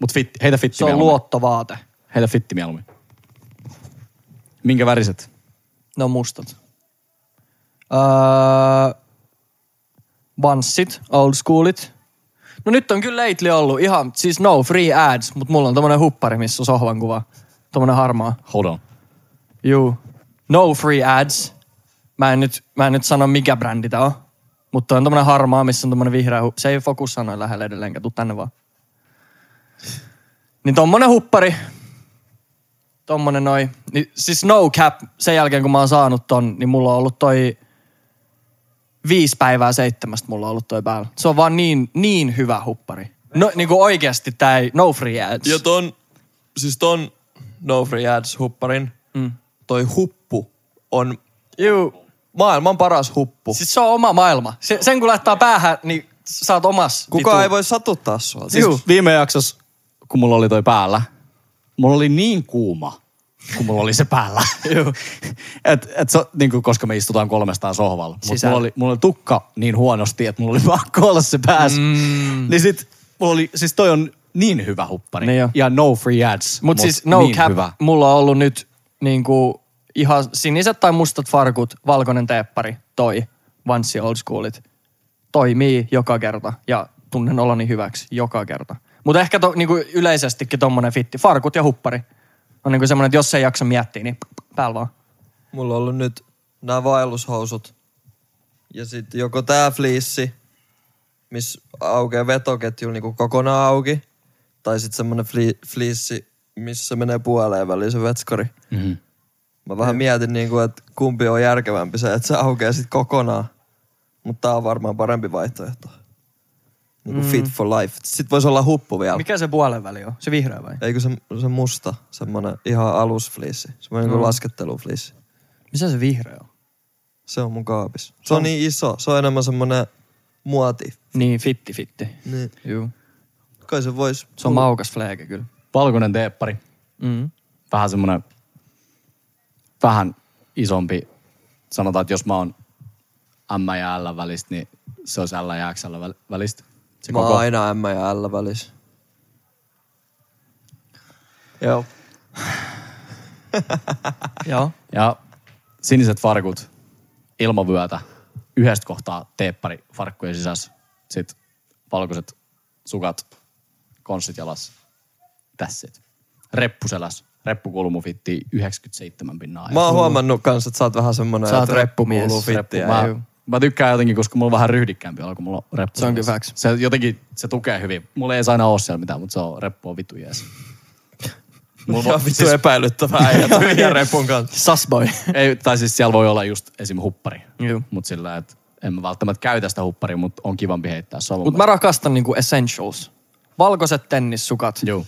[SPEAKER 4] Mut fit, heitä fitti
[SPEAKER 2] Se on
[SPEAKER 4] mieluummin.
[SPEAKER 2] luottovaate.
[SPEAKER 4] Heitä fitti mieluummin. Minkä väriset?
[SPEAKER 2] Ne on mustat. Öö, vanssit, old schoolit. No nyt on kyllä lately ollut ihan, siis no free ads, mutta mulla on tommonen huppari, missä on sohvan kuva. Tommonen harmaa.
[SPEAKER 4] Hold on.
[SPEAKER 2] Juu. No free ads. Mä en nyt, mä en nyt sano mikä brändi tää on. Mutta on tommonen harmaa, missä on tommonen vihreä hu- Se ei fokus sanoin lähellä edelleenkä, tuu tänne vaan. Niin tommonen huppari. Tommonen noi. Niin, siis no cap, sen jälkeen kun mä oon saanut ton, niin mulla on ollut toi viisi päivää seitsemästä mulla on ollut toi päällä. Se on vaan niin, niin hyvä huppari. No niinku oikeesti tää ei, no free ads.
[SPEAKER 3] Ja ton, siis ton No Free Ads hupparin, mm. toi huppu on
[SPEAKER 2] Juu.
[SPEAKER 3] maailman paras huppu.
[SPEAKER 2] Siis se on oma maailma. Se, sen kun laittaa päähän, niin sä oot omas. Niin
[SPEAKER 3] Kuka ei voi satuttaa sua.
[SPEAKER 4] Siis viime jaksossa, kun mulla oli toi päällä, mulla oli niin kuuma, kun mulla oli se päällä. et, et se, niin kuin, koska me istutaan kolmestaan sohvalla. Mutta
[SPEAKER 2] Sisällä.
[SPEAKER 4] mulla oli, mulla oli tukka niin huonosti, että mulla oli pakko olla se päässä. Mm. Niin sit, mulla oli, siis toi on niin hyvä huppari.
[SPEAKER 2] Niin jo.
[SPEAKER 4] ja no free ads.
[SPEAKER 2] Mut siis no
[SPEAKER 4] niin
[SPEAKER 2] cap,
[SPEAKER 4] Hyvä.
[SPEAKER 2] mulla on ollut nyt niinku ihan siniset tai mustat farkut, valkoinen teeppari, toi, vanssi old schoolit. Toimii joka kerta ja tunnen oloni hyväksi joka kerta. Mutta ehkä to, niinku yleisestikin tommonen fitti, farkut ja huppari. On niinku semmonen, että jos ei jaksa miettiä, niin päällä vaan.
[SPEAKER 3] Mulla on ollut nyt nämä vaellushousut. Ja sitten joko tää fliissi, missä aukeaa vetoketju niinku kokonaan auki. Tai sitten semmonen fli- fliissi, missä menee puoleen väliin se vetskari. Mm-hmm. Mä vähän mietin, niin kuin, että kumpi on järkevämpi se, että se aukeaa sitten kokonaan. Mutta tää on varmaan parempi vaihtoehto. Niin kuin mm. fit for life. Sitten voisi olla huppu vielä. Mikä?
[SPEAKER 2] Mikä se puolen väli on? Se vihreä vai?
[SPEAKER 3] Eikö se, se musta, semmonen ihan alusfliissi. Semmoinen mm. laskettelufliissi.
[SPEAKER 2] Missä se vihreä on?
[SPEAKER 3] Se on mun kaapis. Se on niin iso. Se on enemmän semmonen muoti.
[SPEAKER 2] Niin, fitti fitti.
[SPEAKER 3] Niin.
[SPEAKER 2] Juu.
[SPEAKER 3] Kai se vois.
[SPEAKER 2] Se on maukas fläke kyllä.
[SPEAKER 4] Valkoinen teeppari.
[SPEAKER 2] Mm.
[SPEAKER 4] Vähän semmoinen, vähän isompi. Sanotaan, että jos mä oon M ja L välistä, niin se olisi L ja XL väl- välistä. Se
[SPEAKER 3] Mä oon
[SPEAKER 4] koko.
[SPEAKER 3] aina M ja L välissä. Joo.
[SPEAKER 2] Joo.
[SPEAKER 4] Ja siniset farkut, ilmavyötä, yhdestä kohtaa teeppari farkkujen sisässä. Sitten valkoiset sukat, konssit jalas. Tässä it. Reppu selässä. Reppukulmu fitti 97 pinnaa.
[SPEAKER 3] Mä oon huomannut kans, että sä oot vähän semmonen,
[SPEAKER 2] Sä oot
[SPEAKER 3] että reppu
[SPEAKER 2] reppumies,
[SPEAKER 3] kuuluu
[SPEAKER 4] reppu.
[SPEAKER 3] fittiä.
[SPEAKER 4] Mä,
[SPEAKER 2] juu.
[SPEAKER 4] mä, tykkään jotenkin, koska mulla on vähän ryhdikkäämpi olla, kun mulla on reppu.
[SPEAKER 2] Se on kyllä
[SPEAKER 4] selässä.
[SPEAKER 2] facts.
[SPEAKER 4] Se jotenkin, se tukee hyvin. Mulla ei aina ole siellä mitään, mutta se on reppu on vitu jees. Mulla
[SPEAKER 3] Ihan vittu siis... epäilyttävää äijä toi meidän repun kanssa.
[SPEAKER 2] Sasboy.
[SPEAKER 4] Ei, tai siis siellä voi olla just esim. huppari.
[SPEAKER 2] Juu.
[SPEAKER 4] Mutta sillä, että en mä välttämättä käytä sitä hupparia, mutta on kivampi heittää. Se on mun
[SPEAKER 2] Mut mä rakastan niinku essentials. Valkoiset tennissukat.
[SPEAKER 4] mielestä- Juu.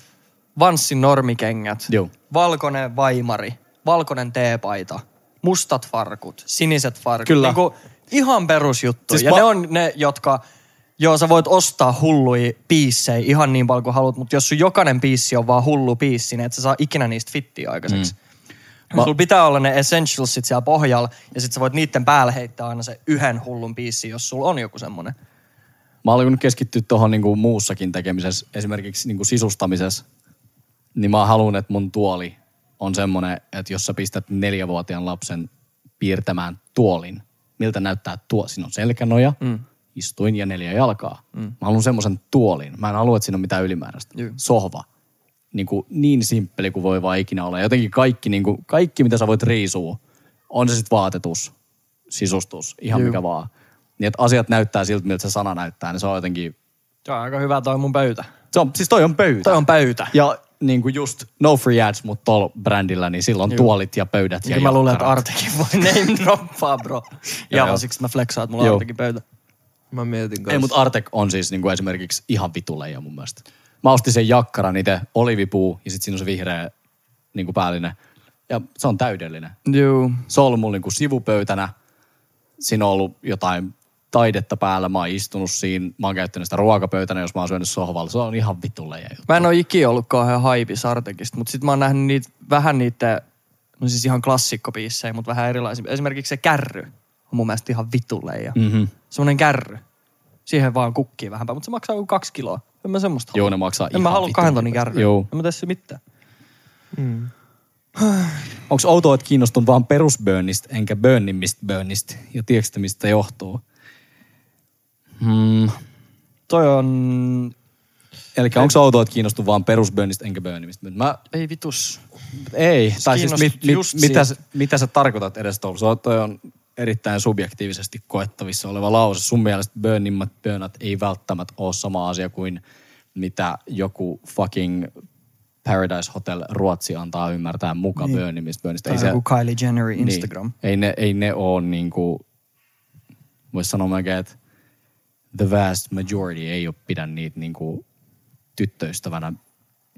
[SPEAKER 2] Vanssin normikengät.
[SPEAKER 4] Juu.
[SPEAKER 2] Valkoinen vaimari. Valkoinen teepaita. Mustat farkut. Siniset farkut.
[SPEAKER 4] Kyllä.
[SPEAKER 2] Niinku ihan perusjuttu.
[SPEAKER 4] Siis
[SPEAKER 2] ja
[SPEAKER 4] mä-
[SPEAKER 2] ne on ne, jotka... Joo, sä voit ostaa hulluja piissejä ihan niin paljon kuin haluat, mutta jos sun jokainen piissi on vaan hullu piissi, niin et sä saa ikinä niistä fittiä aikaiseksi. Mm. Sulla pitää olla ne essentialsit siellä pohjalla, ja sit sä voit niiden päälle heittää aina se yhden hullun piissi, jos sulla on joku semmonen.
[SPEAKER 4] Mä olen keskittyä tuohon niinku muussakin tekemisessä, esimerkiksi niinku sisustamisessa, niin mä haluan, että mun tuoli on semmoinen, että jos sä pistät neljävuotiaan lapsen piirtämään tuolin, miltä näyttää tuo, siinä on selkänoja, mm. istuin ja neljä jalkaa. Mm. Mä haluan semmoisen tuolin. Mä en halua, että siinä on mitään ylimääräistä.
[SPEAKER 2] Juu.
[SPEAKER 4] Sohva. Niin, kuin niin simppeli kuin voi vaan ikinä olla. Jotenkin kaikki, niin kuin, kaikki mitä sä voit riisua, on se sitten vaatetus, sisustus, ihan Juu. mikä vaan. Niin, että asiat näyttää siltä, miltä se sana näyttää, niin se on jotenkin...
[SPEAKER 2] Tuo on aika hyvä toi mun pöytä.
[SPEAKER 4] Se on, siis toi on pöytä.
[SPEAKER 2] Toi on pöytä.
[SPEAKER 4] Ja niin kuin just no free ads, mutta tuolla brändillä, niin silloin tuolit ja pöydät ja
[SPEAKER 2] Ja Niin mä luulen, että
[SPEAKER 4] jokkarat.
[SPEAKER 2] Artekin voi name droppaa, bro. ja
[SPEAKER 4] joo.
[SPEAKER 2] vaan siksi mä flexaan, että mulla on
[SPEAKER 4] Joo.
[SPEAKER 2] Artekin pöytä.
[SPEAKER 3] Mä mietin kanssa.
[SPEAKER 4] Ei, mutta Artek on siis niin kuin esimerkiksi ihan vituleija mun mielestä. Mä ostin sen jakkaran itse, olivipuu ja sitten siinä on se vihreä niin kuin päällinen. Ja se on täydellinen.
[SPEAKER 2] Joo.
[SPEAKER 4] Se on ollut mulla niin kuin sivupöytänä. Siinä on ollut jotain taidetta päällä. Mä oon istunut siinä. Mä oon käyttänyt sitä ruokapöytänä, jos mä oon syönyt sohvalla. Se on ihan vituleija juttu.
[SPEAKER 2] Mä en ole ikinä ollut kauhean haipis Artekista, mutta sit mä oon nähnyt niitä, vähän niitä, no siis ihan klassikkobiissejä, mutta vähän erilaisia. Esimerkiksi se kärry on mun mielestä ihan vitulle ja mm-hmm. semmonen kärry. Siihen vaan kukkii vähän, mutta se maksaa joku kaksi kiloa. En mä semmoista
[SPEAKER 4] Joo,
[SPEAKER 2] halua.
[SPEAKER 4] ne maksaa
[SPEAKER 2] En mä
[SPEAKER 4] ihan
[SPEAKER 2] halua
[SPEAKER 4] vitun
[SPEAKER 2] kahden tonnin
[SPEAKER 4] hipasta.
[SPEAKER 2] kärryä.
[SPEAKER 4] Joo.
[SPEAKER 2] En mä tässä mitään.
[SPEAKER 4] Onko outoa, että kiinnostun vaan perusbönnistä, enkä bönnimmistä bönnistä? Ja tiedätkö, mistä johtuu? Hmm.
[SPEAKER 2] Toi on...
[SPEAKER 4] Eli onko outoa, että kiinnostun vaan perusbönnistä, enkä bönnimistä? Mä,
[SPEAKER 2] Ei vitus.
[SPEAKER 4] ei. Tai siis
[SPEAKER 2] kiinnostut
[SPEAKER 4] mit, mit,
[SPEAKER 2] just
[SPEAKER 4] mitä,
[SPEAKER 2] siitä.
[SPEAKER 4] sä- mitä sä tarkoitat edes tuolla? Se on, toi on erittäin subjektiivisesti koettavissa oleva lause. Sun mielestä bönnimmät bönnat ei välttämättä ole sama asia kuin mitä joku fucking Paradise Hotel Ruotsi antaa ymmärtää muka niin. bönnimistä bönnistä.
[SPEAKER 2] Tai
[SPEAKER 4] Ei se-
[SPEAKER 2] joku Kylie Jennerin Instagram.
[SPEAKER 4] Niin. Ei ne, ei ne ole niinku, voisi sanoa melkein, että the vast majority ei ole pidä niitä niinku tyttöystävänä.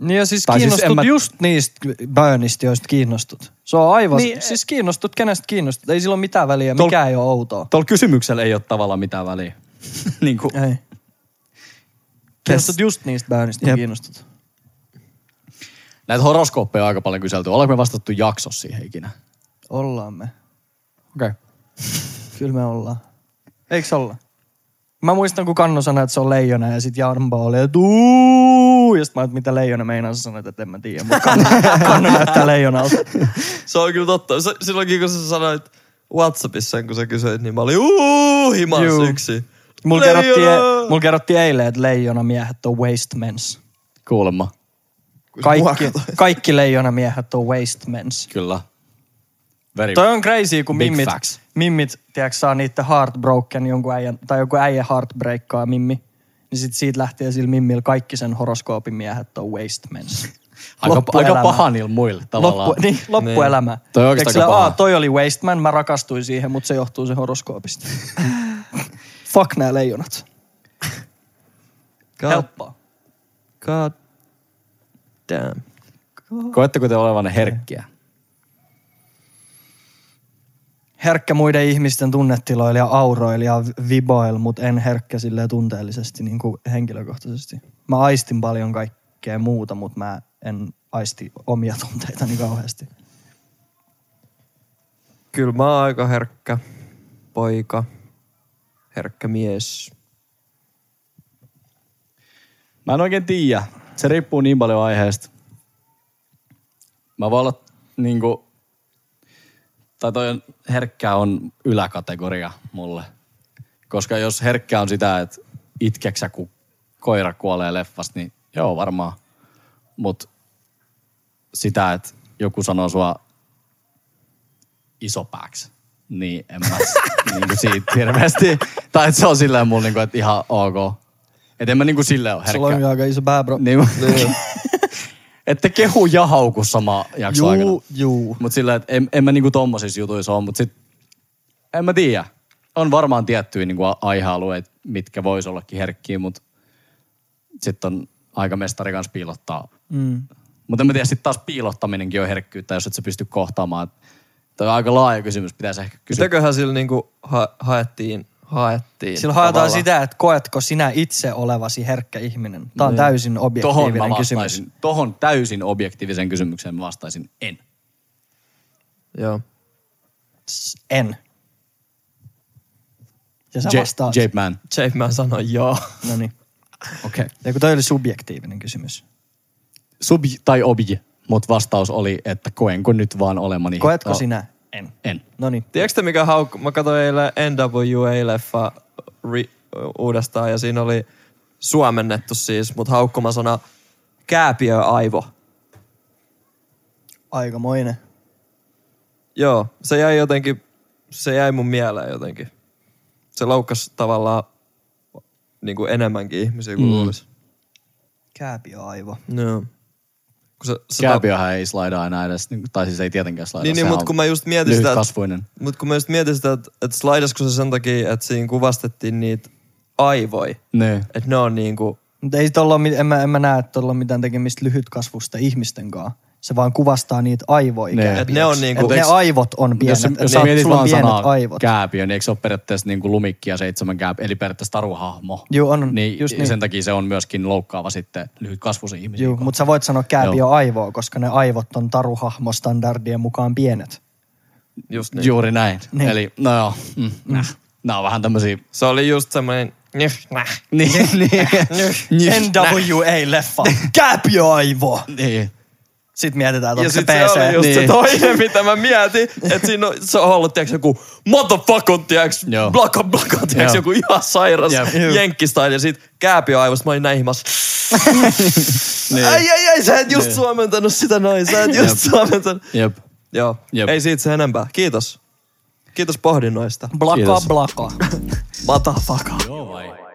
[SPEAKER 2] Niin ja siis
[SPEAKER 4] Tai siis
[SPEAKER 2] kiinnostut
[SPEAKER 4] en
[SPEAKER 2] siis
[SPEAKER 4] mä-
[SPEAKER 2] mä... just niistä Burnista, joista kiinnostut. Se on aivan,
[SPEAKER 4] Niin,
[SPEAKER 2] niin, siis kiinnostut kenestä kiinnostut. Ei sillä ole mitään väliä,
[SPEAKER 4] Tol-
[SPEAKER 2] Tol... mikä ei ole outoa.
[SPEAKER 4] Tuolla kysymyksellä ei ole tavallaan mitään väliä. niinku,
[SPEAKER 2] Ei. Kiinnostut just niistä Burnista, kun
[SPEAKER 3] Jep.
[SPEAKER 2] kiinnostut.
[SPEAKER 4] näitä horoskooppeja on aika paljon kyselty. Ollaanko me vastattu jaksossa siihen ikinä?
[SPEAKER 2] Ollaan me.
[SPEAKER 4] Okei. Okay.
[SPEAKER 2] Kyllä me ollaan. Eiks olla? Mä muistan, kun Kannu sanoi, että se on leijona ja sit Jarmbo oli, että "Uu!" ja sit mä oon, että mitä leijona meinaa, sä sanoit, että en mä tiedä, mutta Kannu, Kannu näyttää leijonalta.
[SPEAKER 3] Se on kyllä totta. Se, silloinkin kun sä sanoit Whatsappissa, sen, kun sä kysyit, niin mä olin uuu himas
[SPEAKER 2] Juu.
[SPEAKER 3] yksi.
[SPEAKER 2] Mulla
[SPEAKER 3] Leijona!
[SPEAKER 2] kerrottiin, mul kerrottiin eilen, että leijona miehet on waste mens.
[SPEAKER 4] Kuulemma.
[SPEAKER 3] Kun sä mua
[SPEAKER 2] Kaikki,
[SPEAKER 3] katsoit.
[SPEAKER 2] kaikki leijonamiehet on waste mens.
[SPEAKER 4] Kyllä. Very
[SPEAKER 2] Toi on crazy, kun
[SPEAKER 4] Big
[SPEAKER 2] mimmit,
[SPEAKER 4] facts.
[SPEAKER 2] mimmit tiedätkö, saa niiden heartbroken jonkun äijän, tai joku äijä heartbreakkaa mimmi. Niin sit siitä lähtee sillä mimmillä kaikki sen horoskoopin miehet on waste men.
[SPEAKER 4] Aika,
[SPEAKER 2] Loppuelämä.
[SPEAKER 4] aika paha niillä muille tavallaan.
[SPEAKER 2] Loppu, niin, loppuelämä. Niin.
[SPEAKER 4] Toi on oikeastaan aika paha.
[SPEAKER 2] toi oli Wasteman, mä rakastuin siihen, mutta se johtuu sen horoskoopista. Fuck nää leijonat.
[SPEAKER 3] God,
[SPEAKER 2] Helppoa.
[SPEAKER 3] god damn.
[SPEAKER 4] Koetteko te olevanne herkkiä?
[SPEAKER 2] Herkkä muiden ihmisten tunnetiloilla ja auroilla ja viboilla, mutta en herkkä silleen tunteellisesti niin kuin henkilökohtaisesti. Mä aistin paljon kaikkea muuta, mutta mä en aisti omia tunteitani kauheasti.
[SPEAKER 3] Kyllä mä oon aika herkkä poika, herkkä mies.
[SPEAKER 4] Mä en oikein tiedä. Se riippuu niin paljon aiheesta. Mä voin olla niinku... Tai toi on, herkkää on yläkategoria mulle. Koska jos herkkää on sitä, että itkeksä kun koira kuolee leffasta, niin joo varmaan. Mut sitä, että joku sanoo sua isopääksi, niin en mä niinku siitä hirveästi. Tai että se on silleen mulla niinku, että ihan ok. Et en mä niinku silleen ole herkkä.
[SPEAKER 2] Sulla on jo aika iso pääbro.
[SPEAKER 4] Niin. että kehu ja hauku sama jakso
[SPEAKER 2] Juu,
[SPEAKER 4] aikana.
[SPEAKER 2] juu.
[SPEAKER 4] Mutta sillä, että en, en mä niinku tommosissa jutuissa ole, mutta sit en mä tiedä. On varmaan tiettyjä niinku a- aihealueita, mitkä vois ollakin herkkiä, mutta sit on aika mestari kanssa piilottaa. Mm. Mutta en mä tiedä, sit taas piilottaminenkin on herkkyyttä, jos et sä pysty kohtaamaan. Tämä on aika laaja kysymys, pitäisi ehkä kysyä.
[SPEAKER 3] Mitäköhän sillä niinku ha- haettiin? haettiin
[SPEAKER 2] Sillä haetaan
[SPEAKER 3] tavallaan?
[SPEAKER 2] sitä, että koetko sinä itse olevasi herkkä ihminen. Tämä on täysin
[SPEAKER 4] Tohon mä
[SPEAKER 2] objektiivinen kysymys.
[SPEAKER 4] vastaisin, tohon täysin objektiiviseen kysymykseen mä vastaisin en.
[SPEAKER 3] Joo.
[SPEAKER 2] En. Ja sä
[SPEAKER 4] J-
[SPEAKER 2] vastaat.
[SPEAKER 4] Jape Man.
[SPEAKER 3] Jake mä sanoin joo.
[SPEAKER 2] No niin.
[SPEAKER 4] Okei. Okay.
[SPEAKER 2] Ja kun toi oli subjektiivinen kysymys.
[SPEAKER 4] Sub tai obj, mutta vastaus oli, että koenko nyt vaan olemani.
[SPEAKER 2] Koetko
[SPEAKER 4] Oh,
[SPEAKER 2] sinä? En.
[SPEAKER 4] En.
[SPEAKER 2] No niin.
[SPEAKER 3] Tiedätkö te mikä haukku? Mä katsoin eilen NWA-leffa ri- uudestaan ja siinä oli suomennettu siis, mutta haukkumasana kääpiöaivo.
[SPEAKER 2] Aikamoinen.
[SPEAKER 3] Joo, se jäi jotenkin, se jäi mun mieleen jotenkin. Se loukkasi tavallaan niin kuin enemmänkin ihmisiä kuin mm. luulisi.
[SPEAKER 2] Kääpiöaivo.
[SPEAKER 3] No. Kun se, se
[SPEAKER 4] Kääpiöhän ei slaidaa enää edes, niinku- tai siis ei tietenkään slaidaa.
[SPEAKER 3] Niin, niin
[SPEAKER 4] sehän
[SPEAKER 3] mutta
[SPEAKER 4] on
[SPEAKER 3] kun mä just mietin sitä,
[SPEAKER 4] lyhytkasvuinen.
[SPEAKER 3] Mutta kun mä just mietin sitä, että, että slaidasko se sen takia, että siinä kuvastettiin niitä aivoja.
[SPEAKER 4] Niin.
[SPEAKER 3] Että ne on niinku,
[SPEAKER 2] Mutta ei tolla ole, mit- en, mä, en mä näe, että tuolla on mitään tekemistä lyhytkasvusta ihmisten kanssa. Se vaan kuvastaa niitä aivoja.
[SPEAKER 4] Ne.
[SPEAKER 2] kääpiöksi.
[SPEAKER 3] että ne on niinku,
[SPEAKER 2] Et ne aivot on pienet.
[SPEAKER 4] Jos,
[SPEAKER 2] Jos,
[SPEAKER 4] jos sä mietit
[SPEAKER 2] Niin. sulla on
[SPEAKER 4] vaan
[SPEAKER 2] pienet
[SPEAKER 4] sanaa
[SPEAKER 2] aivot.
[SPEAKER 4] kääpiö, niin eikö se ole periaatteessa niin kuin lumikki ja seitsemän kääpiö, eli periaatteessa taruhahmo.
[SPEAKER 2] Juu, on,
[SPEAKER 4] Niin,
[SPEAKER 2] just niin.
[SPEAKER 4] Sen takia se on myöskin loukkaava sitten lyhytkasvuisen ihmisiä.
[SPEAKER 2] Juu, mutta sä voit sanoa kääpiö aivoa, koska ne aivot on taruhahmostandardien mukaan pienet.
[SPEAKER 3] just niin.
[SPEAKER 4] niin. Juuri näin.
[SPEAKER 2] Niin.
[SPEAKER 4] Niin. Eli, no joo, mm, mm. Nämä on vähän tämmöisiä...
[SPEAKER 3] Se oli just semmoinen, nyh, näh.
[SPEAKER 4] Niin, niin,
[SPEAKER 2] NWA-leffa. Kääpiöaivo.
[SPEAKER 4] niin.
[SPEAKER 2] Sitten mietitään, että
[SPEAKER 3] Ja
[SPEAKER 2] onko se
[SPEAKER 3] sit se oli
[SPEAKER 2] PC.
[SPEAKER 3] just niin. se
[SPEAKER 4] Niin.
[SPEAKER 3] toinen, mitä mä mietin, että siinä on, se on ollut, tiiäks, joku motherfucker, tiiäks,
[SPEAKER 4] Joo.
[SPEAKER 3] blaka blaka, tiiäks,
[SPEAKER 4] Joo.
[SPEAKER 3] joku ihan sairas
[SPEAKER 4] Jep.
[SPEAKER 3] jenkkistyle, ja sit kääpiöaivosta mä olin näihin mä niin.
[SPEAKER 4] Niin.
[SPEAKER 3] Ai, ai, ai, sä et just suomentanut sitä noin, sä et just
[SPEAKER 4] Jep.
[SPEAKER 3] suomentanut.
[SPEAKER 4] Jep.
[SPEAKER 3] Joo,
[SPEAKER 4] Jep.
[SPEAKER 3] ei siitä sen enempää. Kiitos. Kiitos pohdinnoista.
[SPEAKER 2] Blaka,
[SPEAKER 4] Kiitos.
[SPEAKER 2] blaka.
[SPEAKER 3] Motherfucker.
[SPEAKER 4] Joo vai?